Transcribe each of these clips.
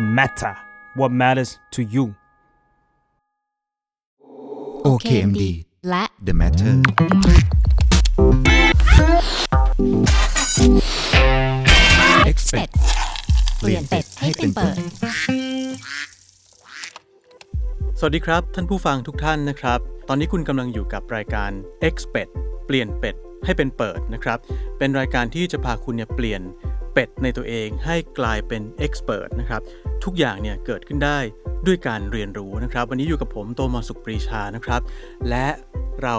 matter what matters to you OKMD และ The Matter เป็ด Expect เปลี่ยนเป็ดให้เป็นเปิด สวัสดีครับ ท่านผู้ฟังทุกท่านนะครับ ตอนนี้คุณกำลังอยู่กับรายการ x p e d เปลี่ยนเป็ดให้เป็นเปิดนะครับ เป็นรายการที่จะพาคุณเนี่ยเปลี่ยนเป็ดในตัวเองให้กลายเป็น expert นะครับ ทุกอย่างเนี่ยเกิดขึ้นได้ด้วยการเรียนรู้นะครับ วันนี้อยู่กับผมโตมอสุขปรีชานะครับ และเรา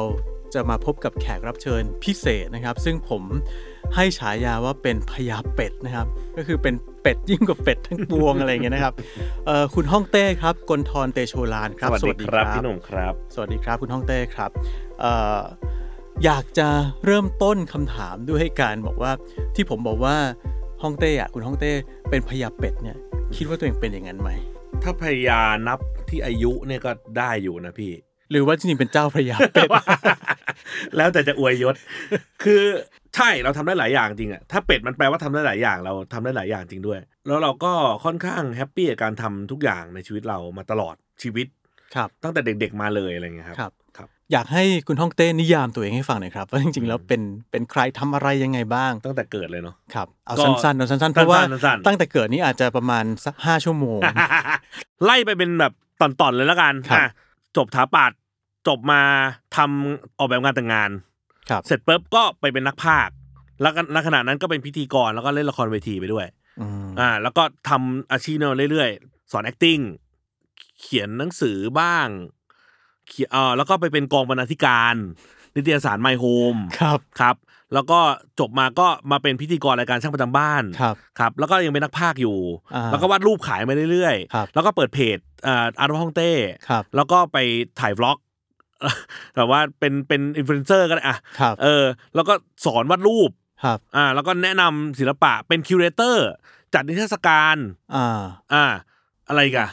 จะมาพบกับแขกรับเชิญพิเศษนะครับ ซึ่งผมให้ฉายาว่าเป็นพญาเป็ดนะครับ ก็คือเป็นเป็ดยิ่งกว่าเป็ดทั้งปวงอะไรอย่างเงี้ยนะครับเอ่อคุณห้องเต้ครับกลทรเตโชลานครับ สวัสดีครับ พี่หนุ่มครับ สวัสดีครับคุณฮ่องเต้ครับเอ่ออยากจะเริ่มต้นคำถามด้วยการบอกว่าที่ผมบอกว่าฮ่องเต้อะคุณฮ่องเต้เป็นพญาเป็ดเนี่ยคิดว่าตัวเองเป็นอย่างนั้นไหม ถ้าพยานับที่อายุเนี่ยก็ได้อยู่นะพี่ หรือว่าจริงๆเป็นเจ้าพญาเป็ด แล้วแต่จะอวยยศ คือใช่เราทำได้หลายอย่างจริงอะถ้าเป็ดมันแปลว่าทำได้หลายอย่างเราทำได้หลายอย่างจริงด้วย แล้วเราก็ค่อนข้างแฮปปี้กับการทำทุกอย่างในชีวิตเรามาตลอดชีวิต ครับ ตั้งแต่เด็กๆมาเลยอะไรเงี้ยครับ ครับ ครับ อยากให้คุณฮ่องเต้นิยามตัวเองให้ฟังหน่อยครับว่าจริงๆแล้วเป็นเป็นใครทำอะไรยังไงบ้าง ตั้งแต่เกิดเลยเนาะ ครับเอา ก็ สั้นๆเอาสั้นๆเพราะว่า สั้นๆสั้นๆ ตั้งแต่เกิดนี่อาจจะประมาณสักห้าชั่วโม ง ไล่ไปเป็นแบบตอนๆเลยละกัน ครับ อ่ะจบถาปัดจบมาทำออกแบบงานแต่งงาน ครับ เสร็จปุ๊บก็ไปเป็นนักพากย์แล้วก็ณขณะนั้นก็เป็นพิธีกรแล้วก็เล่นละครเวทีไปด้วย อืม อ่า แล้วก็ทำอาชีพเนี่ยมาเรื่อยๆ สอน acting เขียนหนังสือบ้างเขียนเออแล้วก็ไปเป็นกองบรรณาธิการ นิตยสาร My Home ครับ ครับ แล้วก็จบมาก็มาเป็นพิธีกรรายการช่างประจำบ้าน ครับ ครับแล้วก็ยังเป็นนักพากย์อยู่ อ่า แล้วก็วาดรูปขายมาเรื่อย ครับ แล้วก็เปิดเพจเอ่ออาร์ตฮ่องเต้ ครับ แล้วก็ไปถ่ายบล็อก แบบว่าเป็นเป็นอินฟลูเอนเซอร์ก็ได้อ่ะ ครับ เออ แล้วก็สอนวาดรูป ครับ อ่าแล้วก็แนะนำศิลปะเป็นคิวเรเตอร์ จัดนิทรรศการ อ่า อ่าอะไรอีกัน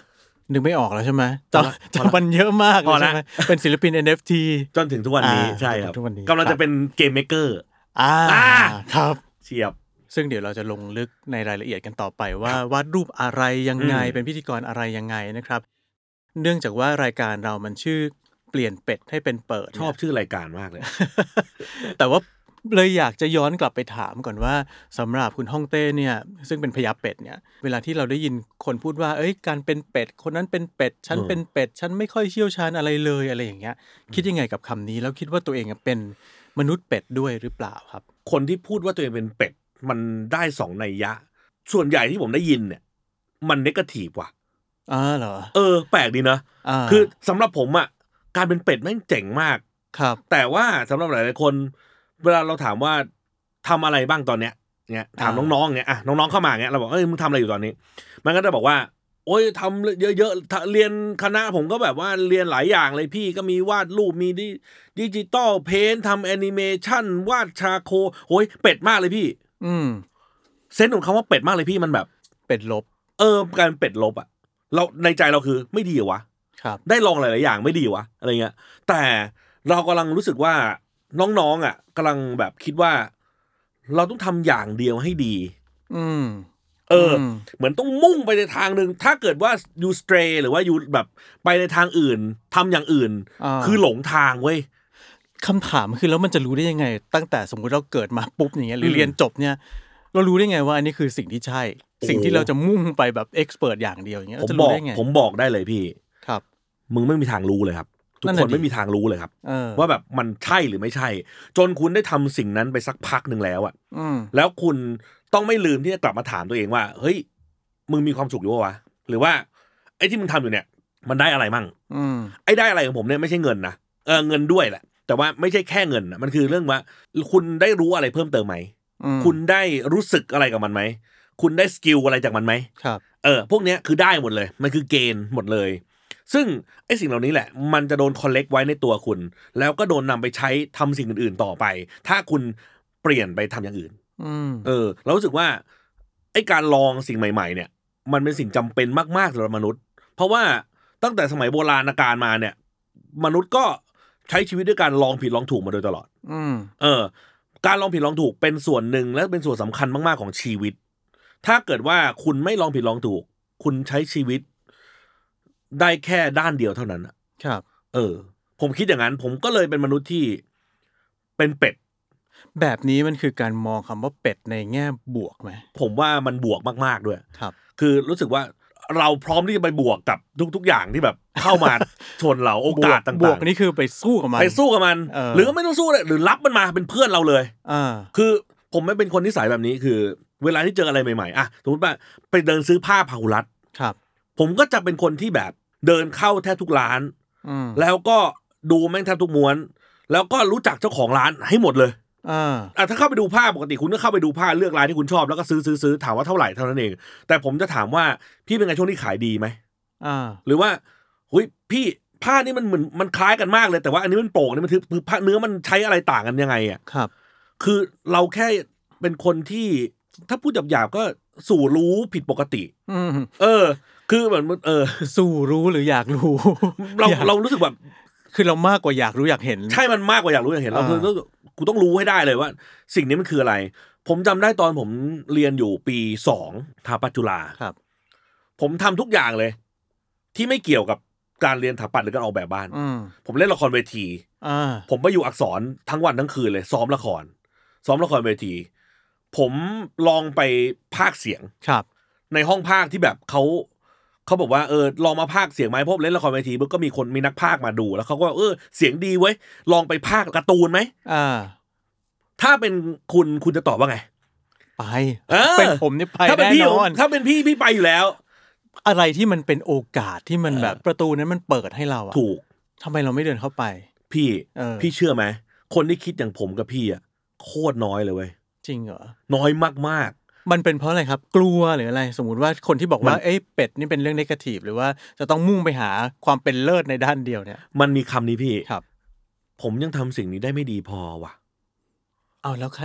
นึกไม่ออกแล้วใช่ไหมจ พอละ ำจำมันเยอะมาก พอ เลย ละ ใช่ไหมเป็นศิลปิน NFT จนถึงทุกวันนี้ อ่า ใช่ครับ จนถึงทุกวันนี้ กำลังจะเป็นเกมเมกเกอร์ อ่า อ่า ครับ เชียบ ซึ่งเดี๋ยวเราจะลงลึกในรายละเอียดกันต่อไปว่าวาดรูปอะไรยังไง อืม เป็นพิธีกรอะไรยังไงนะครับ เนื่องจากว่ารายการเรามันชื่อเปลี่ยนเป็ดให้เป็นเปิด ชอบ เนี่ย ชื่อรายการมากเลย แต่ว่าเลยอยากจะย้อนกลับไปถามก่อนว่าสำหรับคุณฮ่องเต้เนี่ย ซึ่งเป็นพญาเป็ดเนี่ย เวลาที่เราได้ยินคนพูดว่า เอ้ยการเป็นเป็ด คนนั้นเป็นเป็ดฉัน อืม เป็นเป็ดฉันไม่ค่อยเชี่ยวชาญอะไรเลยอะไรอย่างเงี้ย คิดยังไงกับคำนี้ แล้วคิดว่าตัวเองอะเป็นมนุษย์เป็ดด้วยหรือเปล่าครับ คนที่พูดว่าตัวเองเป็นเป็ด มันได้สองนัยยะ ส่วนใหญ่ที่ผมได้ยินเนี่ย มันเนกาทีฟว่ะ อ่าเหรอ เออ แปลกดีนะ อ่า คือสำหรับผมอ่ะการเป็นเป็ดแม่งเจ๋งมาก ครับ แต่ว่าสำหรับหลายๆคน เวลาเราถามว่าทำอะไรบ้างตอนเนี้ยเนี่ยถาม อ่า น้องๆเนี่ยอ่ะน้องๆเข้ามาเนี่ยเราบอกเอ้ยมึงทำอะไรอยู่ตอนนี้ มันก็จะบอกว่า โอ้ยทำเยอะๆถ้าเรียนคณะผมก็แบบว่าเรียนหลายอย่างเลยพี่ก็มีวาดรูปมีดิดิจิตอลเพนทำแอนิเมชันวาดชาโคโอ้ยเป็ดมากเลยพี่ อืม เซนส์ของคำว่าเป็ดมากเลยพี่มันแบบ เป็ดลบ เออการเป็ดลบอะเราในใจเราคือไม่ดีเหรอวะ ครับ ได้ลองหลาย ๆ อย่างไม่ดีวะอะไรเงี้ย แต่เรากำลังรู้สึกว่าน้อง ๆ อ่ะกำลังแบบคิดว่า เราต้องทำอย่างเดียวให้ดี อืม เอออ ม เหมือนต้องมุ่งไปในทางหนึ่งถ้าเกิดว่า you stray หรือว่า you แบบไปในทางอื่นทำอย่างอื่น อา คือหลงทางเว้ย คำถามคือแล้วมันจะรู้ได้ยังไง ตั้งแต่สมมุติเราเกิดมาปุ๊บอย่างเงี้ยหรืออ ม เรียนจบเนี่ย เรารู้ได้ไงว่าอันนี้คือสิ่งที่ใช่ โอ้โห สิ่งที่เราจะมุ่งไปแบบเอ็กซ์เพรสอย่างเดียวอย่างเงี้ย ผ เรา ม จะ บ รู้ อก ได้ไง ผมบอกได้เลยพี่ ครับ มึงไม่มีทางรู้เลยครับ ทุก นั่น ค น่ะดินไม่มีทางรู้เลยครับ เออ ว่าแบบมันใช่หรือไม่ใช่ จนคุณได้ทำสิ่งนั้นไปสักพักหนึ่งแล้วอะ อืม แล้วคุณต้องไม่ลืมที่จะกลับมาถามตัวเองว่า เฮ้ย มึงมีความสุขอยู่ปะวะ หรือว่า ไอ้ที่มึงทำอยู่เนี่ย มันได้อะไรมั่ง อืม ไอ้ได้อะไรของผมเนี่ยไม่ใช่เงินนะเออเงินด้วยแหละ แต่ว่าไม่ใช่แค่เงินนะมันคือเรื่องว่า คุณได้รู้อะไรเพิ่มเติมไหม อืม คุณได้รู้สึกอะไรกับมันไหม คุณได้สกิลอะไรจากมันไหม ครับ เออ พวกเนี้ยคือได้หมดเลย มันคือเกณฑ์หมดเลย ซึ่งไอ้สิ่งเหล่านี้แหละ มันจะโดนคอลเลกไว้ในตัวคุณ แล้วก็โดนนำไปใช้ทำสิ่งอื่นๆต่อไป ถ้าคุณเปลี่ยนไปทำอย่างอื่น อืม เออเรารู้สึกว่าไอ้การลองสิ่งใหม่ ๆ เนี่ย มันเป็นสิ่งจำเป็นมากๆสำหรับมนุษย์ เพราะว่าตั้งแต่สมัยโบราณกาลมาเนี่ย มนุษย์ก็ใช้ชีวิตด้วยการลองผิดลองถูกมาโดยตลอด อืม เออ การลองผิดลองถูกเป็นส่วนหนึ่งและเป็นส่วนสำคัญมากๆของชีวิต ถ้าเกิดว่าคุณไม่ลองผิดลองถูก คุณใช้ชีวิต ได้แค่ด้านเดียวเท่านั้นอะ ครับ เออ ผมคิดอย่างนั้น ผมก็เลยเป็นมนุษย์ที่เป็นเป็ด แบบนี้มันคือการมองคำว่าเป็ดในแง่บวกไหม ผมว่ามันบวกมากๆด้วย ครับ คือรู้สึกว่าเราพร้อมที่จะไปบวกกับทุก ๆ อย่างที่แบบเข้ามา ชนเราโอกาสต่างๆ บวกนี่คือไปสู้กับมัน ไปสู้กับมัน เออ หรือก็ไม่ต้องสู้เลยหรือรับมันมาเป็นเพื่อนเราเลย อ่า คือผมไม่เป็นคนนิสัยแบบนี้คือ เวลาที่เจออะไรใหม่ๆอ่ะสมมติว่าไปเดินซื้อผ้าพาหุรัต ครับ ผมก็จะเป็นคนที่แบบเดินเข้าแทบทุกร้าน อืม แล้วก็ดูแม่งแทบทุกม้วน แล้วก็รู้จักเจ้าของร้านให้หมดเลย อ่า อ่ะถ้าเข้าไปดูผ้าปกติคุณก็เข้าไปดูผ้าเลือกร้านที่คุณชอบแล้วก็ซื้อซื้อซื้อถามว่าเท่าไหร่เท่านั้นเอง แต่ผมจะถามว่าพี่เป็นไงช่วงที่ขายดีไหม อ่า หรือว่าหุยพี่ผ้านี่มันเหมือนมันคล้ายกันมากเลยแต่ว่าอันนี้มันโป่งอันนี่มันทึบคือผ้าเนื้อมันใช้อะไรต่างกันยังไงอ่ะ ครับ คือเราแค่เป็นคนที่ถ้าพูดหยาบๆก็สู่รู้ผิดปกติ อืม เออ คือเหมือนมันเออ สู้รู้หรืออยากรู้ เรา อยก เรารู้สึกแบบ คือเรามากกว่าอยากรู้อยากเห็น ใช่มันมากกว่าอยากรู้อยากเห็นเรา อ่า คือรู้สึกกูต้องรู้ให้ได้เลยว่า สิ่งนี้มันคืออะไร ผมจำได้ตอนผมเรียนอยู่ปีสองทาปัจจุฬา ครับ ผมทำทุกอย่างเลย ที่ไม่เกี่ยวกับการเรียนถาปัตย์หรือการออกแบบบ้าน อืม ผมเล่นละครเวที อ่า ผมไปอยู่อักษรทั้งวันทั้งคืนเลยซ้อมละคร ซ้อมละครเวที ผมลองไปภาคเสียง ครับ ในห้องภาคที่แบบเขาเขาบอกว่าเออลองมาภาคเสียงไหมเพราะเล่นละครเวทีปุ๊บก็มีคนมีนักภาคมาดูแล้วเขาก็เออเสียงดีเว้ยลองไปภาคการ์ตูนไหม อ่า ถ้าเป็นคุณคุณจะตอบว่าไง ไป เออ เป็นผมเนี่ยไป ถ้าเป็น แน่ พี่ นอน ถ้าเป็นพี่พี่ไปอยู่แล้ว อะไรที่มันเป็นโอกาสที่มัน เออ แบบประตูนั้นมันเปิดให้เราอะ ถูก ทำไมเราไม่เดินเข้าไป พี่ เออ พี่เชื่อไหมคนที่คิดอย่างผมกับพี่อ่ะโคตรน้อยเลยเว้ย จริงเหรอ น้อยมาก มันเป็นเพราะอะไรครับ กลัวหรืออะไร สมมติว่าคนที่บอกว่า มัน เอ้ยเป็ดนี่เป็นเรื่องนกาทีฟหรือว่าจะต้องมุ่งไปหาความเป็นเลิศในด้านเดียวเนี่ย ๆ มันมีคำนี้พี่ ครับ ผมยังทำสิ่งนี้ได้ไม่ดีพอว่ะ เอาแล้วใคร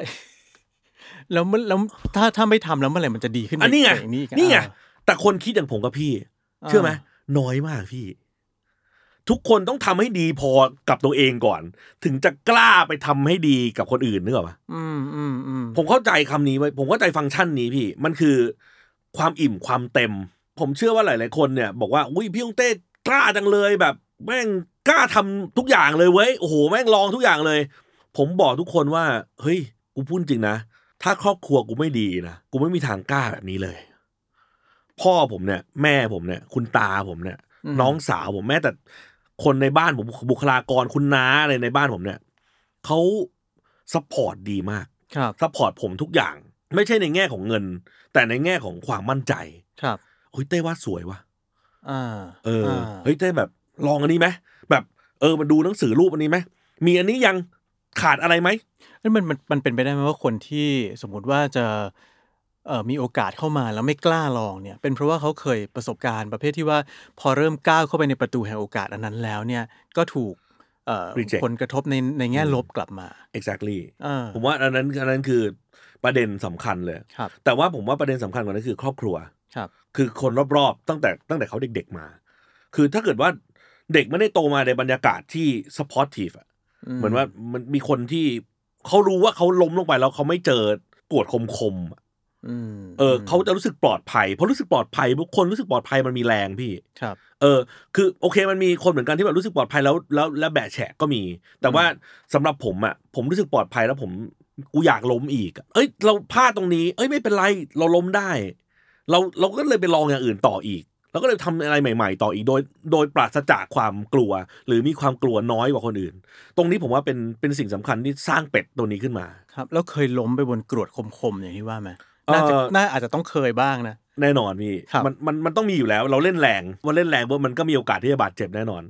แล้วมันแล้วถ้าถ้าไม่ทำแล้วเมื่อไหร่มันจะดีขึ้น อันนี้ไง ปอีกอ่ะ นี่ไงแต่คนคิดอย่างผมกับพี่ า เชื่อไหมน้อยมากพี่ ทุกคนต้องทำให้ดีพอกับตัวเองก่อน ถึงจะกล้าไปทำให้ดีกับคนอื่นนึกออกปะ อืมอืมอืม ผมเข้าใจคำนี้ไว้ยผมเข้าใจฟังก์ชันนี้พี่ มันคือความอิ่มความเต็ม ผมเชื่อว่าหลาย ๆ คนเนี่ย บอกว่าอุ้ยพี่ยงเต้กล้าจังเลยแบบ แม่งกล้าทำทุกอย่างเลยเว้ยโอ้โหแม่งลองทุกอย่างเลย ผมบอกทุกคนว่า เฮ้ยกูพูดจริงนะ ถ้าครอบครัวกูไม่ดีนะกูไม่มีทางกล้าแบบนี้เลย พ่อผมเนี่ย แม่ผมเนี่ย คุณตาผมเนี่ย ม น้องสาวผมแม้แต่คนในบ้านผมบุคลากรคุณน้าอะไรในบ้านผมเนี่ยเขาซัพพอร์ตดีมาก ครับ ซัพพอร์ตผมทุกอย่าง ไม่ใช่ในแง่ของเงิน แต่ในแง่ของความมั่นใจ ครับ เฮ้ยเต้วาดสวยว่ะ อ่า เออ อา เฮ้ยเต้แบบลองอันนี้ไหมแบบเออมาดูหนังสือรูปอันนี้ไหมมีอันนี้ยังขาดอะไรไหม เอ้ยมันมันมันเป็นไปได้ไหมว่าคนที่สมมุติว่าจะเอ่อมีโอกาสเข้ามาแล้วไม่กล้าลองเนี่ย เป็นเพราะว่าเขาเคยประสบการณ์ประเภทที่ว่าพอเริ่มก้าวเข้าไปในประตูแห่งโอกาสอันนั้นแล้วเนี่ยก็ถูกเอ่อ Reject ผลกระทบในในแง่ลบกลับมา exactly เออ ผมว่าอันนั้นอันนั้นคือประเด็นสำคัญเลย ครับ แต่ว่าผมว่าประเด็นสำคัญกว่านั้นคือครอบครัว ครับ คือคนรอบๆตั้งแต่ตั้งแต่เขาเด็กๆมา คือถ้าเกิดว่าเด็กไม่ได้โตมาในบรรยากาศที่ supportive อะเหมือนว่ามันมีคนที่เขารู้ว่าเขาล้มลงไปแล้วเขาไม่เจอกวดคมๆอะ อืม เอออเขาจะรู้สึกปลอดภัยเพราะรู้สึกปลอดภัยคนรู้สึกปลอดภัยมันมีแรงพี่ ครับ เออ คือโอเคมันมีคนเหมือนกันที่แบบรู้สึกปลอดภัยแล้วแล้วแล้วแบะแฉะก็มี แต่ว่าสำหรับผมอะผมรู้สึกปลอดภัยแล้วผมกูอยากล้มอีกอะเอ้ย เราพลาดตรงนี้ เอ้ยไม่เป็นไรเราล้มได้ เราเราก็เลยไปลองอย่างอื่นต่ออีกเราก็เลยทำอะไรใหม่ ๆ ต่ออีกโดย โดยปราศจากความกลัว หรือมีความกลัวน้อยกว่าคนอื่น ตรงนี้ผมว่าเป็นเป็นสิ่งสำคัญที่สร้างเป็ดตัวนี้ขึ้นมา ครับ แล้วเคยล้มไปบนกรวดคมๆอย่างที่ว่าไหมน่าจะ เอ่อ น่าอาจจะต้องเคยบ้างนะ แน่นอนพี่ ครับ มันมันมันต้องมีอยู่แล้ว เราเล่นแรงว่าเล่นแรงว่ามันก็มีโอกาสที่จะบาดเจ็บแน่นอน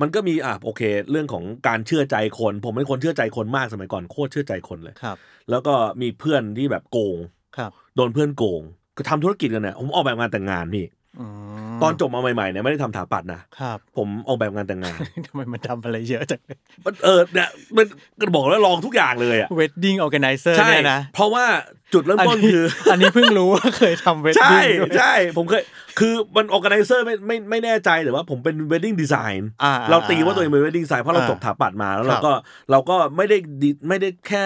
มันก็มีอ่ะโอเค เรื่องของการเชื่อใจคน ผมเป็นคนเชื่อใจคนมากสมัยก่อนโคตรเชื่อใจคนเลย ครับ แล้วก็มีเพื่อนที่แบบโกง ครับ โดนเพื่อนโกงก็ทำธุรกิจกันเนี่ยผมออกแบบงานแต่งงานพี่ อืม ตอนจบมาใหม่ๆเนี่ยไม่ได้ทำถาปัดนะ ครับ ผมออกแบบงานแต่งงาน ทำไมมันทำอะไรเยอะจังเลย มันเออเนี่ยมันก็บอกแล้วลองทุกอย่างเลยอ่ะ เวดดิ้งออแกไนเซอร์ ใช่ เนี่ยนะ เพราะว่าจุดเริ่มต้นคือ อันนี้เพิ่งรู้ว่าเคยทำเวด ใช่ ดิ้งด้วย ใช่ผมเคยคือมันออแกไนเซอร์ไม่ไม่ไม่แน่ใจแต่ว่าผมเป็นเวดดิ้งดีไซน์ อ่ เราตีว่าตัวเองเป็นเวดดิ้งไซน์เพราะเรา อ่า จบถาปัดมาแล้ว ครั เรา บ ก็เราก็ไม่ได้ดิไม่ได้แค่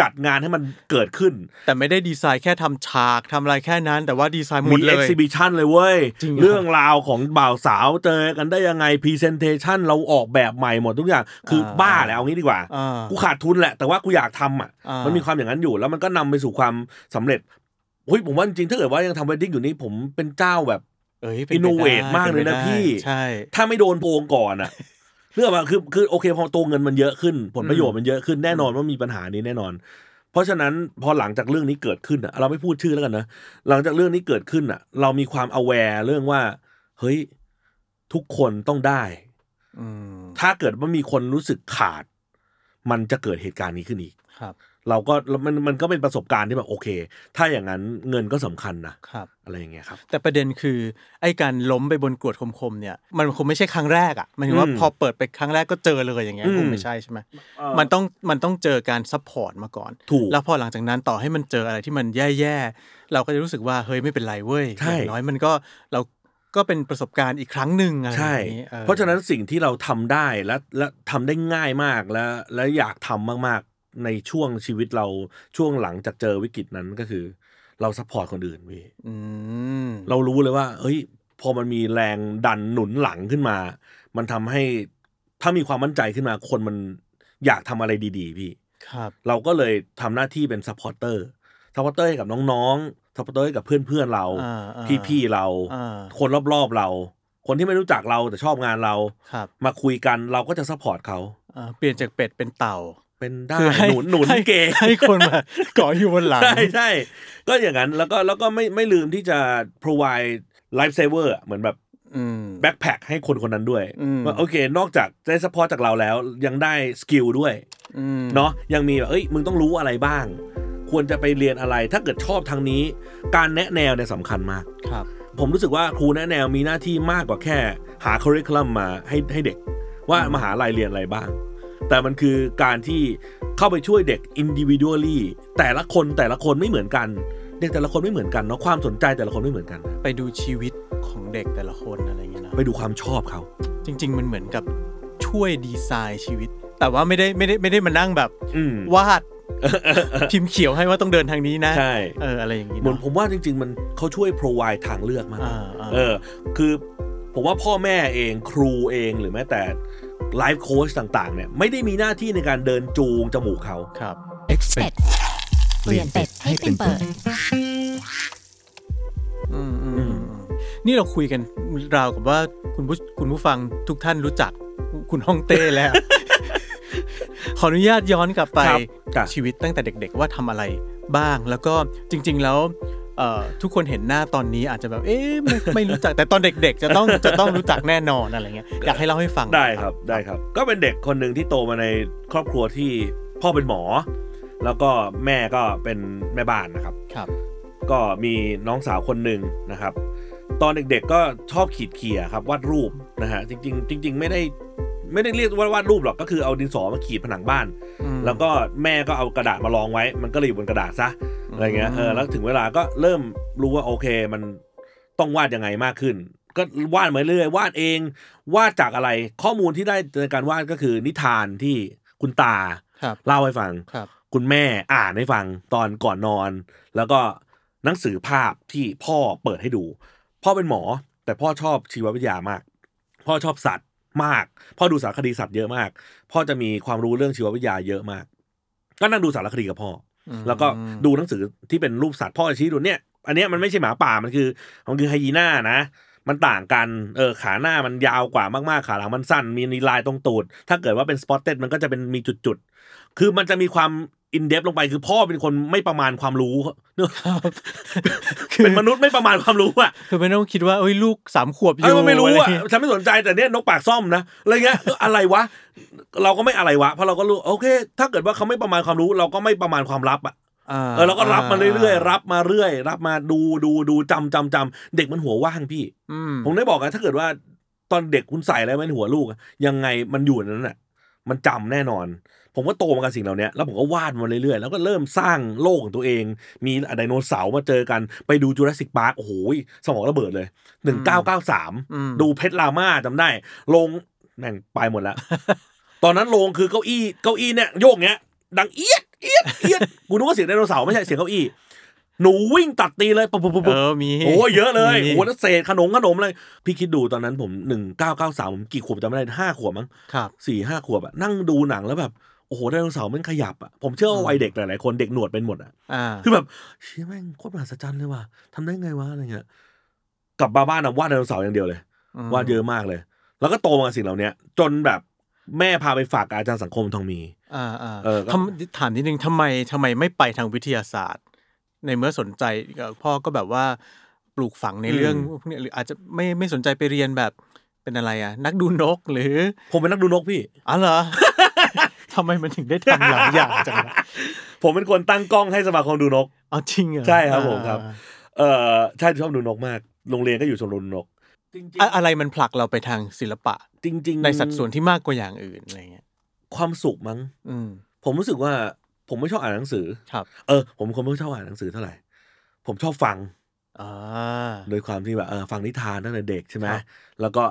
จัดงานให้มันเกิดขึ้น แต่ไม่ได้ดีไซน์แค่ทำฉากทำอะไรแค่นั้น แต่ว่าดีไซน์หมด มี เล เอ็ก ย ซิบิชันเลยเว้ย จริงเหรอ เรื่องราวของบ่าวสาวเจอกันได้ยังไงพรีเซนเทชันเราออกแบบใหม่หมดทุกอย่าง คือบ้าแหละเอางี้ดีกว่า อ่า กูขาดทุนแหละ แต่ว่ากูอยากทำอ่ะ อ่ามั มันมีความอย่างนั้นอยู่ แล้วมันก็นำไปสู่ความสำเร็จเฮ้ยผมว่าจริงๆถ้าเกิดว่ายังทำเวดดิ้งอยู่นี่ผมเป็นเจ้าแบบ เอ้ยป็ไปได้ innovate มากเลยนะ ป็ไปได้ พี่ ใช่ ถ้าไม่โดนโกงก่อนอ่ะ เรื่องมันคือคือโอเคพอตัวเงินมันเยอะขึ้น ผลประโยชน์มันเยอะขึ้นแน่นอนว่ามีปัญหานี้แน่นอน เพราะฉะนั้นพอหลังจากเรื่องนี้เกิดขึ้นอะเราไม่พูดชื่อแล้วกันนะหลังจากเรื่องนี้เกิดขึ้นอ่ะ เรามีความ aware เรื่องว่า เฮ้ยทุกคนต้องได้ อืม ถ้าเกิดว่ามีคนรู้สึกขาด มันจะเกิดเหตุการณ์นี้ขึ้นอีก ครับ เราก็มันมันก็เป็นประสบการณ์ที่แบบโอเค ถ้าอย่างนั้นเงินก็สำคัญนะครับ อะไรอย่างเงี้ยครับ แต่ประเด็นคือไอ้การล้มไปบนกรวดคมๆเนี่ย มันคงไม่ใช่ครั้งแรกอ่ะหมันถึงว่า อืม พอเปิดไปครั้งแรกก็เจอเลยอย่างเงี้ย อืม คงไม่ใช่ใช่ไหมมันต้องมันต้องเจอการซัพพอร์ตมาก่อน ถูก แล้วพอหลังจากนั้นต่อให้มันเจออะไรที่มันแย่ๆ เราก็จะรู้สึกว่าเฮ้ยไม่เป็นไรเว้ย ใช่ อย่างน้อยมันก็เราก็เป็นประสบการณ์อีกครั้งหนึ่งอะไรอ ใช่ ย่างนี้ออ เพราะฉะนั้นสิ่งที่เราทำได้และและทำได้ง่ายมากและและอยากทำมากๆ ในช่วงชีวิตเราช่วงหลังจากเจอวิกฤตนั้นก็คือ เราซัพพอร์ตคนอื่นเว้ย อืม เรารู้เลยว่า เฮ้ย พอมันมีแรงดันหนุนหลังขึ้นมา มันทำให้ถ้ามีความมั่นใจขึ้นมา คนมันอยากทำอะไรดีๆ พี่ ครับ เราก็เลยทำหน้าที่เป็นซัพพอร์เตอร์ซัพพอร์เตอร์ให้กับน้องๆซัพพอร์เตอร์ให้กับเพื่อนๆเรา อ่าอ่า พี่ๆเรา อ่า คนรอบๆเรา คนที่ไม่รู้จักเราแต่ชอบงานเรา ครับ มาคุยกันเราก็จะซัพพอร์ตเขา อ่าเปลี่ยนจากเป็ดเป็นเต่า เป็นได้ คือให้ หนุนหนุน ให้ เกย์ ให้คนมาเกาะอยู่บนหลัง ใช่ใช่ก็อย่างนั้นแล้วก็แล้วก็ไม่ไม่ลืมที่จะ provide life saver อะเหมือนแบบ อืม แบ็คแพคให้คนคนนั้นด้วย อืม ว่าโอเค นอกจากได้ซัพพอร์ตจากเราแล้วยังได้สกิลด้วย อืม เนาะยังมีแบบเอ้ยมึงต้องรู้อะไรบ้าง ควรจะไปเรียนอะไร ถ้าเกิดชอบทางนี้ การแนะแนวเนี่ยสำคัญมาก ครับ ผมรู้สึกว่าครูแนะแนวมีหน้าที่มากกว่าแค่หาคริคลัมมาให้ให้เด็ก ว่า อืม มหาลัยเรียนอะไรบ้าง แต่มันคือการที่เข้าไปช่วยเด็ก individually แต่ละคนแต่ละคนไม่เหมือนกัน เด็กแต่ละคนไม่เหมือนกันเนาะความสนใจแต่ละคนไม่เหมือนกัน ไปดูชีวิตของเด็กแต่ละคนอะไรอย่างเงี้ยนะ ไปดูความชอบเขา จริง ๆ มันเหมือนกับช่วยดีไซน์ชีวิต แต่ว่าไม่ได้ไม่ได้ไม่ได้มานั่งแบบ อืม วาดพิมพ์เขียวให้ว่าต้องเดินทางนี้นะ ใช่ เอออะไรอย่างงี้ เหมือน เนาะ ผมว่าจริง ๆ มันเขาช่วย provide ทางเลือกมากกว่า อ่าอ่า เออ คือผมว่าพ่อแม่เองครูเองหรือแม้แต่ไลฟ์โค้ชต่างๆ เนี่ย ไม่ได้มีหน้าที่ในการเดินจูงจมูกเขา ครับ เป็ด expect เปลี่ยนเป็ดให้เป็นเปิด อืมอืมอืมอืมนี่เราคุยกันราวกับว่าคุณผู้คุณผู้ฟังทุกท่านรู้จักคุณฮ่องเต้แล้ว ขออนุญาตย้อนกลับไป ครับครับ ชีวิตตั้งแต่เด็ก ๆ ว่าทำอะไรบ้างแล้วก็จริง ๆ แล้วเอ่อทุกคนเห็นหน้าตอนนี้อาจจะแบบ เอ๊ะไม่ไม่รู้จักแต่ตอนเด็ก ๆ จะต้องจะต้องรู้จักแน่นอนอะไรเงี้ยอยากให้เล่าให้ฟัง ได้ครับได้ครับ ก็เป็นเด็กคนหนึ่งที่โตมาในครอบครัวที่พ่อเป็นหมอ แล้วก็แม่ก็เป็นแม่บ้านนะครับ ครับ ก็มีน้องสาวคนหนึ่งนะครับ ตอนเด็กๆก็ชอบขีดเขียครับวาดรูปนะฮะจริงๆจริง ๆ ไม่ได้ไม่ได้เรียกว่าวาดรูปหรอกก็คือเอาดินสอมาขีดผนังบ้าน อืม แล้วก็แม่ก็เอากระดาษมารองไว้ มันก็เลยอยู่บนกระดาษซะอะไรเงี้ยเออแล้วถึงเวลาก็เริ่มรู้ว่าโอเคมันต้องวาดยังไงมากขึ้น ก็วาดมาเรื่อยวาดเองวาดจากอะไร ข้อมูลที่ได้ในการวาดก็คือนิทานที่คุณตา ครับ เล่าให้ฟัง ครับ คุณแม่อ่านให้ฟังตอนก่อนนอน แล้วก็หนังสือภาพที่พ่อเปิดให้ดู พ่อเป็นหมอ แต่พ่อชอบชีววิทยามาก พ่อชอบสัตว์มาก พ่อดูสารคดีสัตว์เยอะมาก พ่อจะมีความรู้เรื่องชีววิทยาเยอะมาก ก็นั่งดูสารคดีกับพ่ออ ม แล้วก็ดูหนังสือที่เป็นรูปสัตว์พ่อจะชี้ดูเนี่ย อันเนี้ยมันไม่ใช่หมาป่ามันคือมันคือไฮยีน่านะ มันต่างกัน เออ ขาหน้ามันยาวกว่ามากๆ ขาหลังมันสั้น มีลายตรงตูด ถ้าเกิดว่าเป็นสปอตเต็ดมันก็จะเป็นมีจุดๆ คือมันจะมีความอินเดปลงไปคือพ่อเป็นคนไม่ประมาณความ รู้เนอะ คือ เป็นมนุษย์ไม่ประมาณความรู้อ่ะ คือไม่ต้องคิดว่าเอ้ยลูกสามขวบอ เอยู่อไม่รู้ อะ อ่ะ รเงี้ย ฉันไม่สนใจแต่เนี้ยนกปากซ่อมนะ อะไรเงี้ยเอออะไรวะ เราก็ไม่อะไรวะ เพราะเราก็รู้ โอเค ถ้าเกิดว่าเขาไม่ประมาณความรู้ เราก็ไม่ประมาณความลับอ่ะ า เออเราก็รับมาเรื่อยๆ รับมาเรื่อย รับมาดูดูดูจำจำจำเด็กมันหัวว่างพี่ อืม ผมได้บอกไงถ้าเกิดว่าตอนเด็กคุณใส่อะไรไว้ในหัวลูกอะยังไงมันอยู่ในนั้นน่ะ มันจำแน่นอน ผมก็โตมากับสิ่งเหล่านี้แล้วผมก็วาดมันเรื่อยๆ แล้วก็เริ่มสร้างโลกของตัวเอง มีไดโนเสาร์มาเจอกันไปดูจูราสสิกพาร์คโอ้โหสมองระเบิดเลย 1993 อืม ดูเพชรลาม่าจำได้ลงแม่งไปหม ดแล้ว ตอนนั้นลงคือเก้าอี้เก้าอี้เนี่ยโยกเงี้ย ดังเอียดเอียดเอียดกูนึกว่าเสียงไดโนเสาร์ไม่ใช่เสียงเก้าอี้ หนูวิ่งตัดตีนเลยปุ๊บปุ๊บปุ๊บ เอ ปุ๊บ อมี โอ้เยอะเลย มี โอ้แล้วเศษขนมขนมอะไรพี่คิดดูตอนนั้นผมหนึ่งเก้าเก้าสามผมกี่ขวบจำไม่ได้ห้าขวบมั้ง ครับ สี่ห้าขวบอะนั่งดูหนังแล้วแบบ โอ้โหไดโนเสาร์มันขยับอะผมเชื่อว่าวัยเด็กหลายๆคนเด็กหนวดเป็นหมดอะ อ่า คือแบบเชี่ยแม่งโคตรมหัศจรรย์เลยว่ะทำได้ไงวะอะไรเงี้ยกลับมาบ้านอะวาดไดโนเสาร์อย่างเดียวเลย ม วาดเยอะมากเลย แล้วก็โตมากับสิ่งเหล่าเนี้ย จนแบบแม่พาไปฝากกับอาจารย์สังคมทองมี อ่าอ่า เออก็ ทำถามนิดนึงทำไมทำไมไม่ไปทางวิทยาศาสตร์ ในเมื่อสนใจเอ่อพ่อก็แบบว่าปลูกฝังในเรื่องพวกเนี้ยหรืออาจจะไม่ไม่สนใจไปเรียนแบบเป็นอะไรอ่ะ นักดูนกหรือ ผมเป็นนักดูนกพี่ อ๋อเหรอ ทำไมมันถึงได้ทำหลายอย่างจังวะ ผมเป็นคนตั้งกล้องให้สมาคมดูนก เอาจริงเหรอ ใช่ครับผมครับ อ่า เออใช่ชอบดูนกมาก โรงเรียนก็อยู่ชมรมดูนก อะอะไรมันผลักเราไปทางศิลปะ จริงๆ ในสัดส่วนที่มากกว่าอย่างอื่นอะไรเงี้ย ความสุขมั้ง อืม ผมรู้สึกว่า ผมไม่ชอบอ่านหนังสือ ครับ เออ ผมเป็นคนไม่ชอบอ่านหนังสือเท่าไหร่ ผมชอบฟัง อ่า โดยความที่แบบเออฟังนิทานตั้งแต่เด็กใช่ไหม ครับ แล้วก็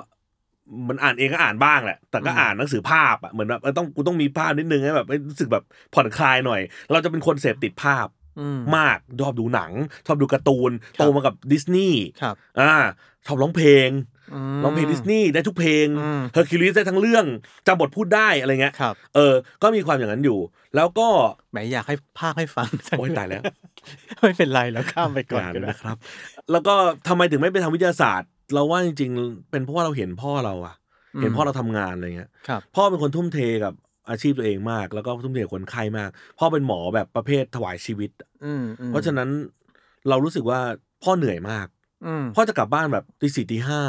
มันอ่านเองก็อ่านบ้างแหละ แต่ก็ อืม อ่านหนังสือภาพอ่ะเหมือนแบบเออต้องกูต้องมีภาพนิดนึงให้แบบให้รู้สึกแบบผ่อนคลายหน่อย เราจะเป็นคนเสพติดภาพ อืม มากชอบดูหนัง ชอบดูการ์ตูน ครับ โตมากับดิสนีย์ ครับ อ่าชอบร้องเพลง ม ร้องเพลงดิสนีย์ได้ทุกเพลง อืม เฮอร์คิวลิสได้ทั้งเรื่องจำบทพูดได้อะไรเงี้ย ครับ เออ ก็มีความอย่างนั้นอยู่ แล้วก็ แหมอยากให้ภาคให้ฟังจัง โอ้ยตายแล้ว ไม่เป็นไรแล้วข้ามไปก่อน งาน ก็ได้ นะครับ แล้วก็ทำไมถึงไม่ไปทางวิทยาศาสตร์ เราว่าจริงๆ เป็นเพราะว่าเราเห็นพ่อเราอะเห็นพ่อเราทำงานอะไรเงี้ย ครับ พ่อเป็นคนทุ่มเทกับอาชีพตัวเองมาก แล้วก็ทุ่มเทกับคนไข้มาก พ่อเป็นหมอแบบประเภทถวายชีวิต อืมอืม เพราะฉะนั้นเรารู้สึกว่าพ่อเหนื่อยมาก อืม พ่อจะกลับบ้านแบบตีสี่ตีห้า